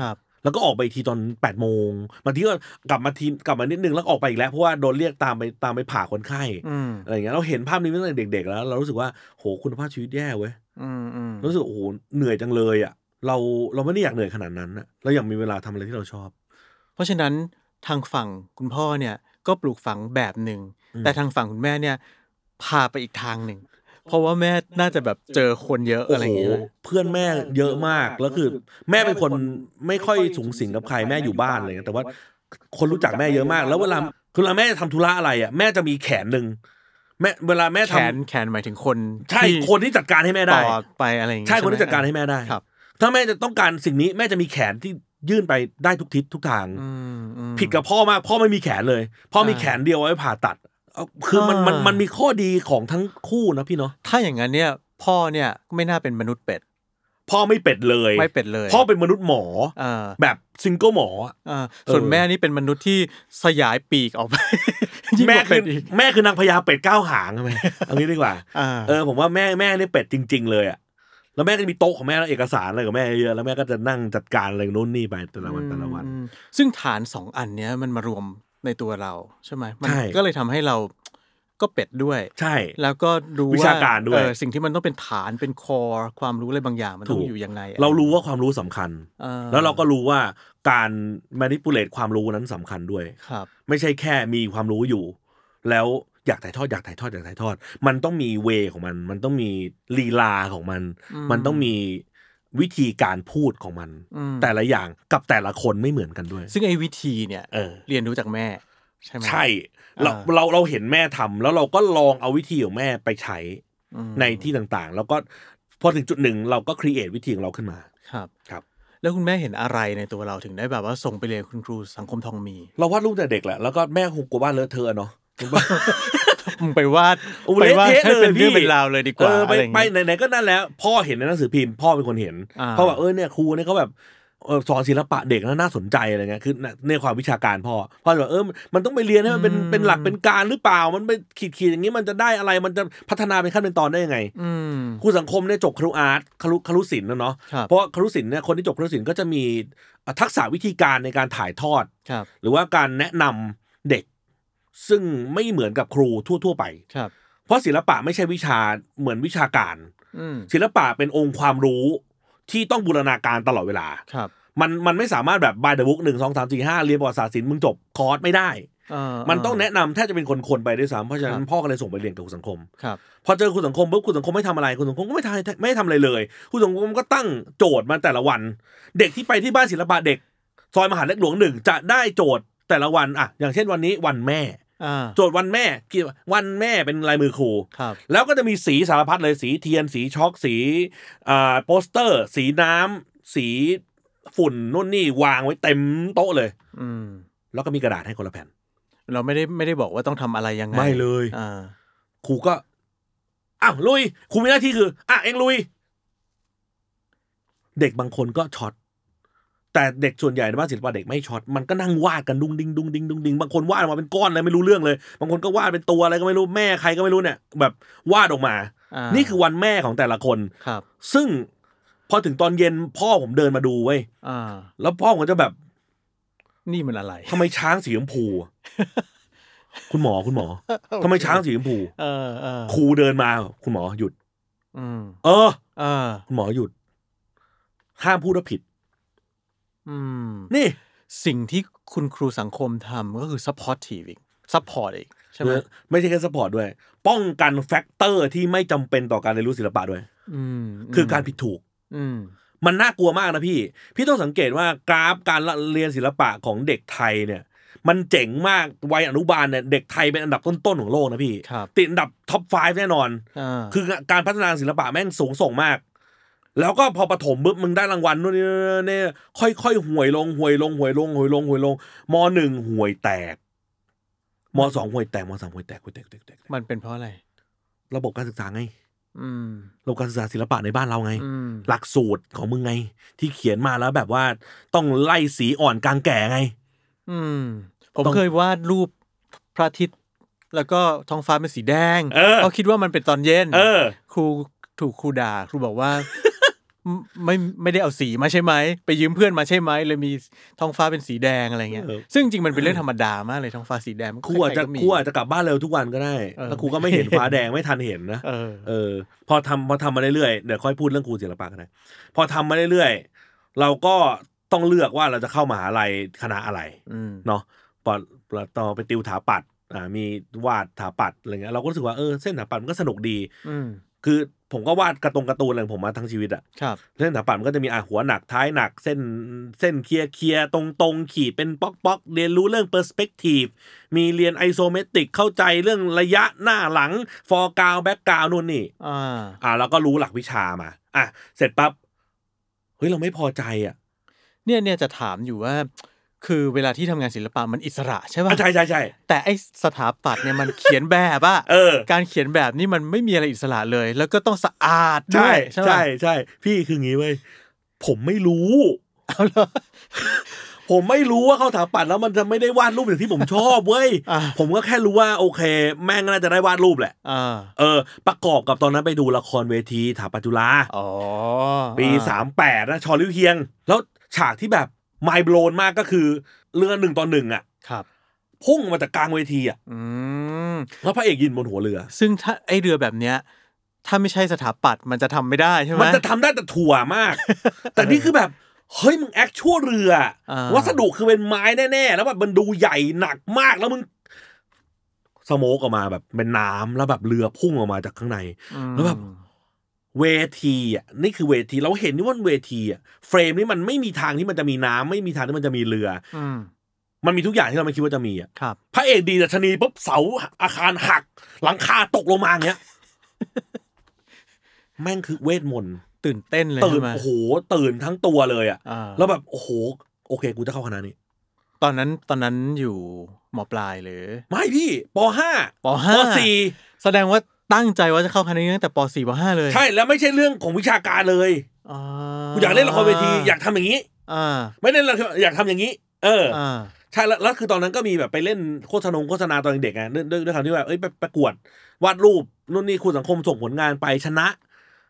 ครับ แล้วก็ออกไปอีกทีตอน8ปดโมงบางทีก็กลับมาทีกลับมานิดนึงแล้วก็ออกไปอีกแล้วเพราะว่าโดนเรียกตามไปตามไปผ่าคนไข้ อืม อะไรอย่างเงี้ยเราเห็นภาพนี้ตั้งแต่เด็ก ๆ แล้ว เรารู้สึกว่าโหคุณภาพชีวิตแย่เว้ย อืมอืม รู้สึกโอ้โหเหนื่อยจังเลยอ่ะเราเราไม่ได้อยากเหนื่อยขนาดนั้นนะเราอยากมีเวลาทำอะไรที่เราชอบ เพราะฉะนั้นทางฝั่งคุณพ่อเนี่ยก็ปลูกฝังแบบหนึ่ง อืม แต่ทางฝั่งคุณแม่เนี่ย พาไปอีกทางหนึ่ง เพราะว่าแม่น่าจะแบบเจอคนเยอะ โอ้ อะไรอโหย่างเงี้ยนะ เพื่อนแม่เยอะมากแล้วคือ แม่เป็นคนไม่ค่อยสูงสิงกับใครแม่อยู่บ้านอะไรเงี้ยแต่ว่าคนรู้จักแม่เยอะมาก แล้วเวลาคือเวลาแม่ทำธุระอะไรอ่ะแม่จะมีแขนหนึ่งแม่เวลาแม่ แข ทำ นแขนหมายถึงคน ใช่ ที่ คนที่จัดการให้แม่ ต่ ได้ อไปอะไรอย่างเงี้ย ใช่คนที่ ไหม จัดการให้แม่ได้ ครับ ถ้าแม่จะต้องการสิ่งนี้แม่จะมีแขนที่ยื่นไปได้ทุกทิศทุกทาง อืมอืม ผิดกับพ่อมากพ่อไม่มีแขนเลย พ่อมีแขนเดียวไว้ผ่าตัดเอาคือมันมัน อ่ามั มันมีข้อดีของทั้งคู่นะพี่เนาะ ถ้าอย่างนั้นเนี่ย พ่อเนี่ยไม่น่าเป็นมนุษย์เป็ด พ่อไม่เป็ดเลย ไม่เป็ดเลย พ่อเป็นมนุษย์หมอ เออ แบบซิงเกิลหมออะ เออส่วน เออ แม่นี่เป็นมนุษย์ที่สยายปีกอ อกไป ยิ่งก แม่ ว่า คื เป็ อ ดอีก แม่คือนางพญาเป็ดเก้าหางใช่ไหม เอางี้ดีกว่า อ่า เออผมว่าแม่แม่นี่เป็ดจริง ๆ เลยอะแล้วแม่ก็จะมีโต๊ะของแม่แล้วเอกสารอะไรกับแม่เยอะแล้วแม่ก็จะนั่งจัดการอะไรนู่นนี่ไปแต่ละวันแต่ละวัน อืมซึ่งฐานสองอันเนี้ยมันมารวมในตัวเราใช่ไหมมั ใช่ ก็เลยทำให้เราก็เป็ดด้วย ใช่ แล้วก็รู้ วิชาการด้วย เออสิ่งที่มันต้องเป็นฐานเป็นคอความรู้อะไรบางอย่างมันต้องอยู่ยังไงอะ เรารู้ว่าความรู้สำคัญ เออ แล้วเราก็รู้ว่าการ manipulate ความรู้นั้นสำคัญด้วย ครับ ไม่ใช่แค่มีความรู้อยู่ แล้วอยากถ่ายทอดอยากถ่ายทอดอยากถ่ายทอด มันต้องมีเวของมัน มันต้องมีลีลาของมัน อืม มันต้องมีวิธีการพูดของมัน อืม แต่ละอย่างกับแต่ละคนไม่เหมือนกันด้วย ซึ่งไอ้วิธีเนี่ย เออ เรียนรู้จากแม่ ใช่ไหม ใช่เรา อ่า เราเราเห็นแม่ทำแล้วเราก็ลองเอาวิธีของแม่ไปใช้ อืม ในที่ต่างๆ แล้วก็พอถึงจุดหนึ่งเราก็ครีเอทวิธีของเราขึ้นมา ครับ ครับ แล้วคุณแม่เห็นอะไรในตัวเราถึงได้แบบว่าส่งไปเรียนคุณครูสังคมทอง มี เราวาดรูปแต่เด็กแหละแล้วก็แม่คงกลัวบ้านเลอะเท อะเนาะ มึงไปวาด โอ้ ไปวาด เละเทะ ให้เป็น เลยพี่ เรื่องเป็นราวเลยดีก เอ ว่า อ อะ ไป ไรอย่าง ไป งี้ ไหนๆก็นั่นแล้ว พ่อเห็นในหนังสือพิมพ์พ่อเป็นคนเห็น อ่า พ่อแบบเออเนี่ยครูเนี่ยเขาแบบเออสอนศิลปะเด็กนะน่าสนใจอะไรเงี้ยคือในความวิชาการพ่อพ่อจะแบบเออมันต้องไปเรียนให้มันเป็นเป็นหลักเป็นการหรือเปล่ามันไปขีดขีดอย่างนี้มันจะได้อะไรมันจะพัฒนาเป็นขั้นเป็นตอนได้ยังไง อืม ครูสังคมเนี่ยจบครุอาร์ตครุครุศิลป์นะเนาะ ครับ เพราะว่าครุศิลป์เนี่ยคนที่จบครุศิลป์ก็จะมีทักษะวิธีการในการถ่ายทอด ครับ หรือว่าการแนะนำเด็ก ซึ่งไม่เหมือนกับครูทั่ว ๆ ไป ครับ เพราะศิลปะไม่ใช่วิชาเหมือนวิชาการ อืม ศิลปะเป็นองค์ความรู้ที่ต้องบูรณาการตลอดเวลา ครับ มันมันไม่สามารถแบบ by the book หนึ่งสองสามสี่ห้าเรียนประวัติศาสตร์ศิลป์มึงจบคอร์สไม่ได้ เอ มันต้อง เ แนะนำแทบจะเป็นคนคนๆไปด้วยซ้ำเพราะฉะนั้นพ่อก็เลยส่งไปเรียนกับครูสังคม ครับ พอเจอครูสังคมปุ๊บครูสังคมไม่ทำอะไรครูสังคมก็ไม่ทำไม่ทำอะไรเลยครูสังคมก็ตั้งโจทย์มาแต่ละวัน เด็กที่ไปที่บ้านศิลปะเด็ก ซอยมหาดเล็กหลวงหนึ่งจะได้โจทย์แต่ละวันอะอย่างเช่นวันนี้วันแม่ อ่า โจทย์วันแม่กี่วันแม่เป็นลายมือครู ครับ แล้วก็จะมีสีสารพัดเลยสีเทียน สีช็อกสีอ่าโปสเตอร์ สีน้ำสีฝุ่นนู่นนี่วางไว้เต็มโต๊ะเลย อืม แล้วก็มีกระดาษให้คนละแผ่น เราไม่ได้ไม่ได้บอกว่าต้องทำอะไรยังไง ไม่เลย อ่า ครูก็อ้าวลุยครูมีหน้าที่คืออ่ะเองลุย เด็กบางคนก็ช็อต แต่เด็กส่วนใหญ่ในบ้านศิลปะเด็กไม่ช็อตมันก็นั่งวาดกันดุงดิงดุงดิงดุงดิงบางคนวาดออกมาเป็นก้อนอะไรไม่รู้เรื่องเลย บางคนก็วาดเป็นตัวอะไรก็ไม่รู้แม่ใครก็ไม่รู้เนี่ย แบบวาดออกมา อ่า นี่คือวันแม่ของแต่ละคน ครับ ซึ่งพอถึงตอนเย็นพ่อผมเดินมาดูเว้ย อ่า แล้วพ่อผมก็จะแบบ นี่มันอะไร ทำไมช้างสีชมพูอะ คุณหมอคุณหมอ ทำไมช้างสีชมพู เออเออ ครูเดินมา คุณหมอหยุด อืม เออ เออ คุณหมอหยุด ห้ามพูดว่าผิด อืม นี่ สิ่งที่คุณครูสังคมทำก็คือ supportive อีก support อีก ใช่ไหม ไม่ใช่แค่สปอร์ตด้วย ป้องกันแฟกเตอร์ที่ไม่จำเป็นต่อการเรียนรู้ศิลปะด้วย อืม คือการผิดถูก อืม มันน่ากลัวมากนะพี่ พี่ต้องสังเกตว่ากราฟการเรียนศิลปะของเด็กไทยเนี่ย มันเจ๋งมากวัยอนุบาลเนี่ยเด็กไทยเป็นอันดับต้นๆของโลกนะพี่ ครับ ติดอันดับท็อป 5 แน่นอน อ่า คือการพัฒนาศิลปะแม่งสูงส่งมาก แล้วก็พอปฐมปุ๊บมึงได้รางวัลนู่นนี่นั่นนี่ค่อยๆห่วยลงห่วยลงห่วยลงห่วยลงห่วยลงมหนึ่งห่วยแตกมสองห่วยแตกมสามห่วยแตกห่วยแตกห่วยแตกห่วยแตก มันเป็นเพราะอะไร ระบบการศึกษาไง อืม ระบบการศึกษาศิลปะในบ้านเราไง อืม หลักสูตรของมึงไง ที่เขียนมาแล้วแบบว่าต้องไล่สีอ่อนกลางแก่ไง อืม ผม ต้อง เคยวาดรูปพระอาทิตย์ แล้วก็ท้องฟ้าเป็นสีแดง เออ คิดว่ามันเป็นตอนเย็น เออ ครูถูกครูด่า ครูบอกว่า ไม่ไม่ได้เอาสีมาใช่ไหม ไปยืมเพื่อนมาใช่ไหมเลยมีท้องฟ้าเป็นสีแดงอะไรเงี้ย เออ ซึ่งจริงมันเป็นเรื่องธรรมดามากเลยท้องฟ้าสีแดงมัน ครูอาจจะ ใรๆก็มี ครูอาจจะกลับบ้านเร็วทุกวันก็ได้ เออ แล้วครูก็ไม่เห็นฟ้าแดงไม่ทันเห็นนะ เออ เออพอทำพอทำมาเรื่อยๆเดี๋ยวค่อยพูดเรื่องครูศิลปะกันนะพอทำมาเรื่อยๆเราก็ต้องเลือกว่าเราจะเข้ามหาลัยคณะอะไร อืม เนาะพอต่อไปติวถาปัดอ่ามีวาดถาปัดอะไรเงี้ยเราก็รู้สึกว่าเออเส้นถาปัดมันก็สนุกดี อืม คือผมก็วาดการะตรงการ์ตูนอะไรของผมมาทั้งชีวิตอะ ครับ เส้นถาปัดมันก็จะมีอ่ะหัวหนักท้ายหนัก เส้นเส้นเคลียร์เคลียร์ตรงตรงๆขีดเป็นป๊อกป๊อกๆเรียนรู้เรื่องเปอร์สเปกทีฟมีเรียนไอโซเมตริกเข้าใจเรื่องระยะหน้าหลังฟอร์กราวแบ็กกราวนู่นนี่ อ่า อ่าเราก็รู้หลักวิชามา อ่ะ เสร็จปั๊บ เฮ้ย เราไม่พอใจอ่ะ เนี่ยเนี่ยจะถามอยู่ว่า คือเวลาที่ทำงานศิลปะมันอิสระใช่ป่ะ อ่ะใช่ใช่ใช่ แต่ไอสถาปัตย์เนี่ยมันเขียนแบบอะ เออ การเขียนแบบนี่มันไม่มีอะไรอิสระเลย แล้วก็ต้องสะอาดด้ ใช่ วยใช่ ใช่ ป่ะ ใช่ พี่คืองี้เว้ย ผมไม่รู้ ผมไม่รู้ว่าเขาถาปัดแล้วมันจะไม่ได้วาดรูปอย่างที่ผมชอบเว้ย อ่า ผมก็แค่รู้ว่าโอเค แม่งน่าจะได้วาดรูปแหละ อ่า เออ ประกอบกับตอนนั้นไปดูละครเวทีถาปัจจุฬา อ๋อ ปี อ่ สามแปดนะชอลิวเฮียง แล้วฉากที่แบบไมโบรนมากก็คือเรือหนึ่งต่อหนึ่งอ่ะ ครับ พุ่งมาจากกลางเวทีอ่ะ อืม แล้วพระเอกยืนบนหัวเรือ ซึ่งถ้าไอเรือแบบเนี้ย ถ้าไม่ใช่สถาปัตย์มันจะทำไม่ได้ใช่ไหม มันจะทำได้แต่ถั่ว มาก แต่นี่คือแบบ เฮ้ย มึงแอคชั่วเรือ อ่า วัสดุคือเป็นไม้แน่ๆ แล้วแบบมันดูใหญ่หนักมากแล้วมึง สโมกออกมาแบบเป็นน้ำแล้วแบบเรือพุ่งออกมาจากข้างใน อืม แล้วแบบ เวทีอ่ะนี่คือเวทีเราเห็นนี่ว่าเวทีอ่ะเฟรมนี่มันไม่มีทางที่มันจะมีน้ำไม่มีทางที่มันจะมีเรือ อืม มันมีทุกอย่างที่เราไม่คิดว่าจะมีอ่ะ ครับ พระเอกดีดัชนีปุ๊บเสาอาคารหัก หลังคาตกลงมาอย่างเงี้ ย แม่งคือเวทมนต์ ตื่นเต้นเลย ตื่ ใช่ น ไหม โอ้โหตื่นทั้งตัวเลยอ่ะ อ่า แล้วแบบโอ้โหโอเค กูจะเข้าคณะนี้ ตอนนั้นตอนนั้นอยู่มปลายหรือ ไม่พี่ปห้า ปห้า ปสี่ แสดงว่าตั้งใจว่าจะเข้าคณะนี้ตั้งแต่ป .4 ป .5 เลย ใช่แล้วไม่ใช่เรื่องของวิชาการเลย อ่า กูอยากเล่นละครเวทีอยากทำอย่างนี้ อ่า ไม่เล่นละครอยากทำอย่างนี้ เอออ อ่า ใช่แล้วแล้วคือตอนนั้นก็มีแบบไปเล่นโฆษณาโฆษณาตอนเด็กไงด้วยด้วยด้วยคำที่แบบเอ้ยไปประกวดวาดรูปนู่นนี่ครูสังคมส่งผลงานไปชนะ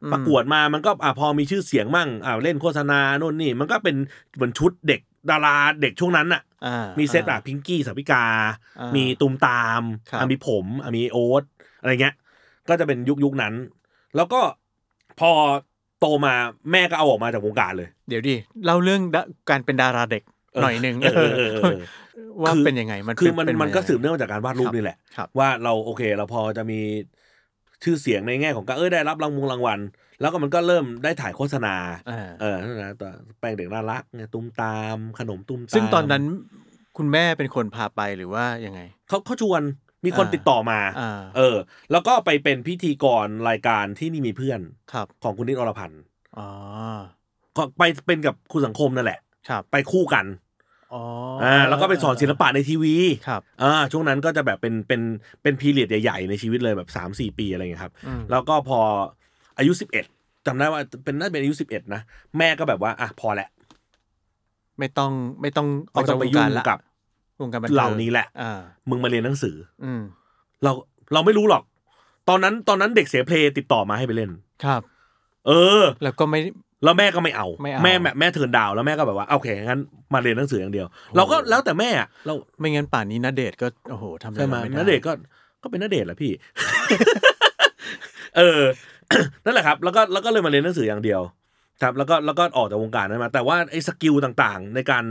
อืม ประกวดมามันก็อ่ะพอมีชื่อเสียงมั่งอ่ะเล่นโฆษณาโน่นนี่มันก็เป็นเหมือนชุดเด็กดาราเด็กช่วงนั้นอ่ะ อ่า มี มี เซตอ่ะพิงกี้สาวิกา อ่ามี มีตุมตาม ครับ อ่ะมีผมอ่ะมีโอ๊ตอะไรเงี้ย ก็จะเป็นยุคยุคนั้น แล้วก็พอโตมาแม่ก็เอาออกมาจากวงการเลย เดี๋ยวดิเล่าเรื่องดะการเป็นดาราเด็กหน่อยหนึ่ง เออเออเออเออ ว่า คือ เป็นยังไงมันเป็ คือมัน เป็ มันก็ ยังไง สืบเนื่องมาจากการวาดรูคปรับ นี่แหละ ครับ ว่าเราโอเค เราพอจะมีชื่อเสียงในแง่ของการเออได้รับรางวงรางวัล แล้วก็มันก็เริ่มได้ถ่ายโฆษณา อ่า เออนะแปลงเด็กน่ารักเนี่ยตุ้มตามขนมตุ้มตาม ซึ่งตอนนั้น คุณแม่เป็นคนพาไปหรือว่ายังไง เขาเขาชวนมีคน อ่า ติดต่อมา อ่า เออ แล้วก็ไปเป็นพิธีกรรายการที่นี่มีเพื่อน ครับ ของคุณนิดอรพันธ์ อ๋อ ก็ไปเป็นกับคุณสังคมนั่นแหละ ครับ ไปคู่กัน อ๋ออ่ อ่าแล้วก็ไปสอนศิลปะในทีวี ครับ อ่าช่วงนั้นก็จะแบบเป็นเป็นเป็นพีเรียดใหญ่ๆในชีวิตเลยแบบ3ามสี่ปีอะไรอย่างเงี้ยครับ อืม แล้วก็พออายุ 11จำได้ว่าเป็นน่าจะเป็นอายุ 11 นะ แม่ก็แบบว่าอ่ะพอแล้ว ไม่ต้องไม่ต้องอ ไม่ อก ต้ จา อกวงไป ง ยุ่ การ ง ละ กับ วงการบันเทิง เหล่านี้แหละ อ่า มึงมาเรียนหนังสือ อืม เราเราไม่รู้หรอก ตอนนั้นตอนนั้นเด็กเสียเพลงติดต่อมาให้ไปเล่น ครับ เออ แล้วก็ไม่ แล้วแม่ก็ไม่เอา ไม่เอา แม่แม่แม่เทิร์นดาวน์แล้วแม่ก็แบบว่าโอเคงั้นมาเรียนหนังสืออย่างเดียว เราก็แล้วแต่แม่อะเรา ไม่งั้นป่านนี้นาเดชน์ก็โอ้โหทำอะไร ใช่ไหม เรา น ไได้ เดชน์ก็ก็เป็นนเดชน์แหละพี่ เออ นั่นแหละครับ แล้วก็แล้วก็เลยมาเรียนหนังสืออย่างเดียว ครับ แล้วก็แล้วก็ออกจากวงการนั้นมา แต่ว่าไอ้สกิลต่างๆ ในการ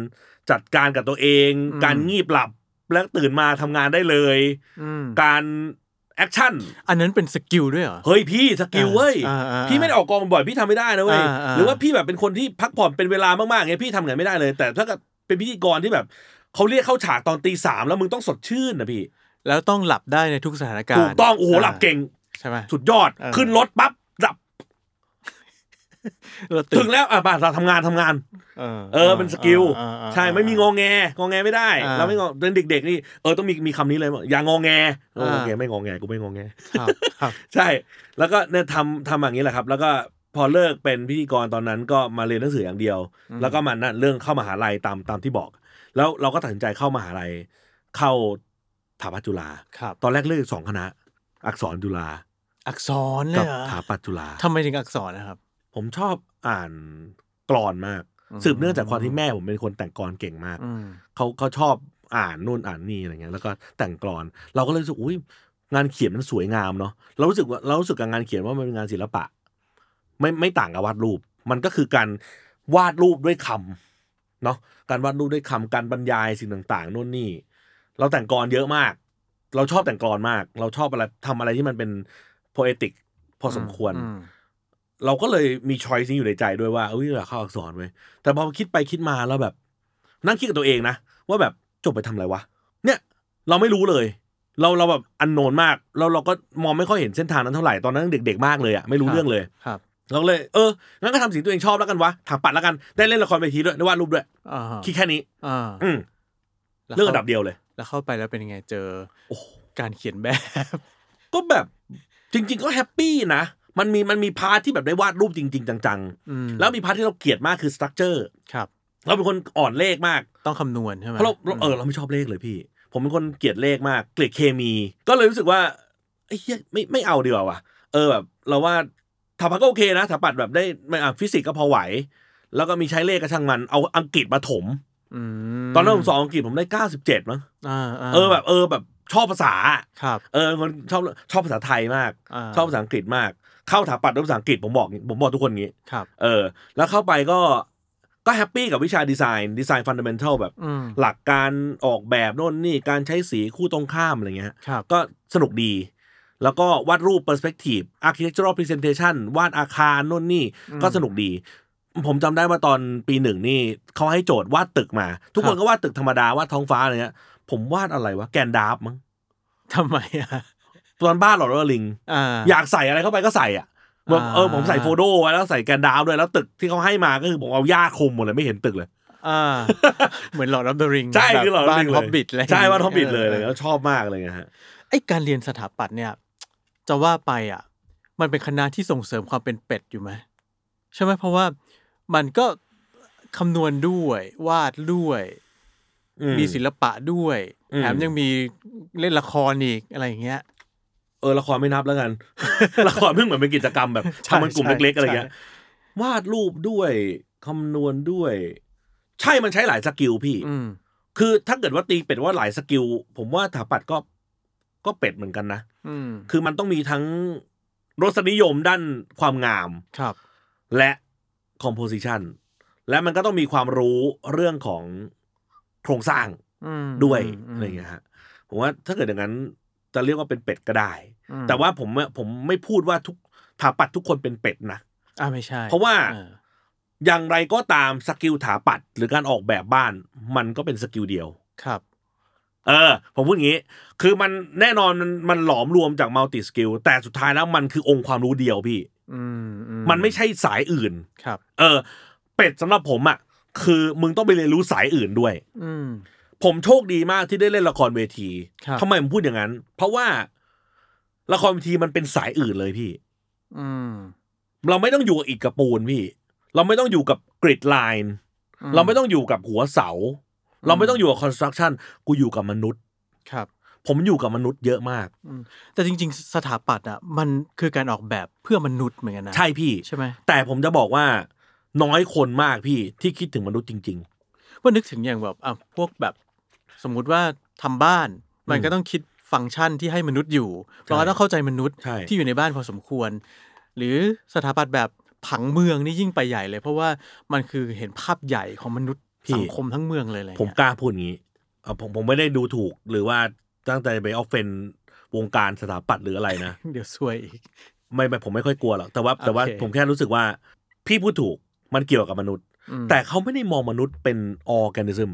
จัดการกับตัวเอง การงีบหลับแล้วตื่นมาทำงานได้เลย อืม การแอคชั่น อันนั้นเป็นสกิลด้วยเหรอ เฮ้ยพี่สกิลเว้ย อ่าอ่าอ่า พี่ไม่ได้ออกกองบ่อยพี่ทำไม่ได้นะเว้ย อ่าอ่า หรือว่าพี่แบบเป็นคนที่พักผ่อนเป็นเวลามากๆเงี้ยพี่ทำไงานไม่ได้เลย แต่ถ้าเกิดเป็นพิธีกรที่แบบเขาเรียกเข้าฉากตอนตีสามแล้วมึงต้องสดชื่นนะพี่ แล้วต้องหลับได้ในทุกสถานการณ์ ถูกต้องโอ้โหหลับเก่ง ใช่ไหม สุดยอด เออ ขึ้นรถปั๊บหลับ เรา ถึงแล้วอ่ะบ้านเราทำงานทำงาน เออ เออเป็นสกิล อ่าอ่าอ่า ใช่ไม่มีงอแงงอแงไม่ได้ อ่า เราไม่งอเป็นเด็กๆนี่เออต้องมีมีคำนี้เลยว่าอย่างงอแงเออโอเค อ่า ไม่งอแงกูไม่งอแง ครับครับ ใช่ แล้วก็เนี่ยทำทำอย่างนี้แหละครับ แล้วก็พอเลิกเป็นพิธีกรตอนนั้นก็มาเรียนหนังสืออย่างเดียว อืม แล้วก็มานั่นเรื่องเข้ามหาลัยตามตามที่บอก แล้วเราก็ตัดสินใจเข้ามหาลัย เข้าถาปัตจุฬา ครับ ตอนแรกเลือกสองคณะ อักษรจุฬา อักษรเล กั ยเหรอ ถาปัตจุฬา ทำไมถึงอักษรนะครับ ผมชอบอ่านกรอนมาก อืม สืบเนื่องจากความที่แม่ผมเป็นคนแต่งกรอนเก่งมาก อืม เขาเขาชอบอ่านนู่นอ่านนี่อะไรเงี้ยแล้วก็แต่งกลอน เราก็เลยรู้สึกอุ้ยงานเขียนมันสวยงามเนาะเรารู้สึกว่าเรารู้สึกกับงานเขียนว่ามันเป็นงานศิลปะ ไม่ไม่ต่างกับวาดรูป มันก็คือการวาดรูปด้วยคำเนาะการวาดรูปด้วยคำการบรรยายสิ่งต่างๆนู่นนี่ เราแต่งกลอนเยอะมาก เราชอบแต่งกลอนมาก เราชอบอะไรทำอะไรที่มันเป็น poetic พอสมควร อืม เราก็เลยมีช้อยสิ่งอยู่ในใจด้วยว่าเอ้ยเราเข้าอักษรเว้ยแต่พอคิดไปคิดมาแล้วแบบ นั่งคิดกับตัวเองนะ ว่าแบบจบไปทำอะไรวะ เนี่ย เราไม่รู้เลย เราเราแบบอันโนนมากเราเราก็มองไม่ค่อยเห็นเส้นทางนั้นเท่าไหร่ตอนนั้นเด็ก ๆ มากเลยอะไม่รู้เรื่องเลย ครับ เราก็เลยเอองั้นก็ทำสิ่งที่ตัวเองชอบแล้วกันวะถามปัดแล้วกันได้เล่นละครเวทีด้วยได้วาดรูปด้วย อ่าฮะ คิดแค่นี้ อ่า อืม แล้ว เรื่อง ข้า ระดับเดียวเลย แล้วเข้าไปแล้วเป็นยังไงเจอ โอ้โห การเขียนแบบ ก็แบบจริง ๆ ก็แฮปปี้นะมันมีมันมีพาร์ทที่แบบได้วาดรูปจริง ๆ จัง อืม ๆ แล้วมีพาร์ทที่เราเกลียดมากคือสตรัคเจอร์ ครับ เราเป็นคนอ่อนเลขมาก ต้องคำนวณใช่ไหม เพราะเราเราเออเราไม่ชอบเลขเลยพี่ ผมเป็นคนเกลียดเลขมาก เกลียดเคมี ก็เลยรู้สึกว่าไอ้เหี้ยไม่ไม่เอาดีกว่าว่ะ เออแบบ เราว่าถาปัดก็โอเคนะถาปัดแบบได้ไม่อ่ะฟิสิกส์ก็พอไหว แล้วก็มีใช้เลขก็ช่างมัน เอาอังกฤษมาถม ม ตอนนั้นผมสอบอังกฤษผมได้ 97 มั้ง อ่าา เออแบบเออแบบชอบภาษา ครับ เออมันชอบชอบภาษาไทยมาก า ชอบภาษาอังกฤษมาก เข้าถาปัดด้วยภาษาอังกฤษผมบอกผมบอกทุกคนงี้ ครับ เออ แล้วเข้าไปก็ก็แฮปปี้กับวิชาดีไซน์ดีไซน์ฟันเดเมนทัลแบบ อืม หลักการออกแบบโน่นนี่การใช้สีคู่ตรงข้ามอะไรเงี้ย ครับ ก็สนุกดี แล้วก็วาดรูป perspective architectural presentation วาดอาคารโน่นนี่ อืม ก็สนุกดี ผมจำได้ว่าตอนปีหนึ่งนี่เขาให้โจทย์วาดตึกมา ทุกค ครั น บ ก็วาดตึกธรรมดาวาดท้องฟ้าอะไรเงี้ย ผมวาดอะไรวะแกนดาร์ฟมั้ง ทำไมอ่ะ ตอนบ้านหลอดว่าลิง อ่า อยากใส่อะไรเข้าไปก็ใส่อ่ะแบบเออ อ่า ผมใส่โฟโต้ไว้แล้วใส่แกนดาร์ฟด้วยแล้วตึกที่เขาให้มาก็คือผมเอาหญ้าคลุมหมดเลยไม่เห็นตึกเลย อ่า เหมือนหลอดรับเดริง ใช่คือหลอด บ้าน งเลย Hobbit อะไรอย่ง ใช่ งี้ ว่าทอมบิดเลยอะไร ออ เงี้ยชอบมากเลยไงฮะ ไอการเรียนสถาปัตย์เนี่ย จะว่าไปอ่ะ มันเป็นคณะที่ส่งเสริมความเป็นเป็ดอยู่ไหมใช่ไหมเพราะว่ามันก็คำนวณด้วย วาดด้วย อื มีศิลปะด้วย อืม แถมยังมีเล่นละครอีกอะไรอย่างเงี้ย เออละครไม่นับแล้วกัน ละครเพิ่งเหมือนเป็นกิจกรรมแบบ ใช่ ทำเป็นกลุ่ม ใช่ เล็กๆอะไรเงี้ย ใช่ วาดรูปด้วยคำนวณด้วย ใช่มันใช้หลายสกิลพี่ อืม คือถ้าเกิดว่าตีเป็ดว่าหลายสกิล ผมว่าถาปัดก็ก็เป็ดเหมือนกันนะ อืม คือมันต้องมีทั้งรสนิยมด้านความงาม ครับ และคอมโพสิชันและมันก็ต้องมีความรู้เรื่องของโครงสร้าง อืม ด้วย ม อะไรเงี้ยฮะผมว่าถ้าเกิดอย่างนั้นจะเรียกว่าเป็นเป็ดก็ได้ อืม แต่ว่าผมอะผมไม่พูดว่าทุกถาปัดทุกคนเป็นเป็ดนะ อ่าไม่ใช่ เพราะว่า ออ อย่างไรก็ตามสกิลถาปัดหรือการออกแบบบ้าน มันก็เป็นสกิลเดียว ครับ เออ ผมพูดอย่างนี้ คือมันแน่นอนมันมันหลอมรวมจากมัลติสกิลแต่สุดท้ายแล้วมันคือองค์ความรู้เดียวพี่ อืมอื มันไม่ใช่สายอื่น ครับ เออ เป็ดสำหรับผมอ่ะคือมึงต้องไปเรียนรู้สายอื่นด้วย อืม ผมโชคดีมากที่ได้เล่นละครเวที ครับ ทำไมผมพูดอย่างนั้น เพราะว่าละครเวทีมันเป็นสายอื่นเลยพี่ อืม เราไม่ต้องอยู่กับอิฐกระปูนพี่ เราไม่ต้องอยู่กับกริดไลน์ เราไม่ต้องอยู่กับหัวเสา เราไม่ต้องอยู่กับคอนสตรักชั่นกูอยู่กับมนุษย์ ครับ ผมอยู่กับมนุษย์เยอะมาก แต่จริง ๆ สถาปัตย์อ่ะมันคือการออกแบบเพื่อมนุษย์เหมือนกันนะ ใช่พี่ ใช่ไหม แต่ผมจะบอกว่าน้อยคนมากพี่ที่คิดถึงมนุษย์จริง ว่านึกถึงอย่างแบบอ่ะพวกแบบ สมมุติว่าทำบ้าน มันก็ต้องคิดฟังก์ชันที่ให้มนุษย์อยู่ เพราะว่าต้องเข้าใจมนุษย์ ใช่ ที่อยู่ในบ้านพอสมควร หรือสถาปัตย์แบบผังเมืองนี่ยิ่งไปใหญ่เลย เพราะว่ามันคือเห็นภาพใหญ่ของมนุษย์สังคมทั้งเมืองเลยอะไร ๆ เงี้ย ผมกล้าพูดอย่างนี้เอ่อผมผมไม่ได้ดูถูกหรือว่าตั้งใจไปออฟเฟนวงการสถาปัตย์หรืออะไรนะ เดี๋ยวซวยอีก ไม่ไม่ผมไม่ค่อยกลัวหรอกแต่ว่าแต่ว่า โอเค ผมแค่รู้สึกว่า พี่พูดถูกมันเกี่ยวกับมนุษย์ อืม แต่เขาไม่ได้มองมนุษย์เป็นออแกนิซึม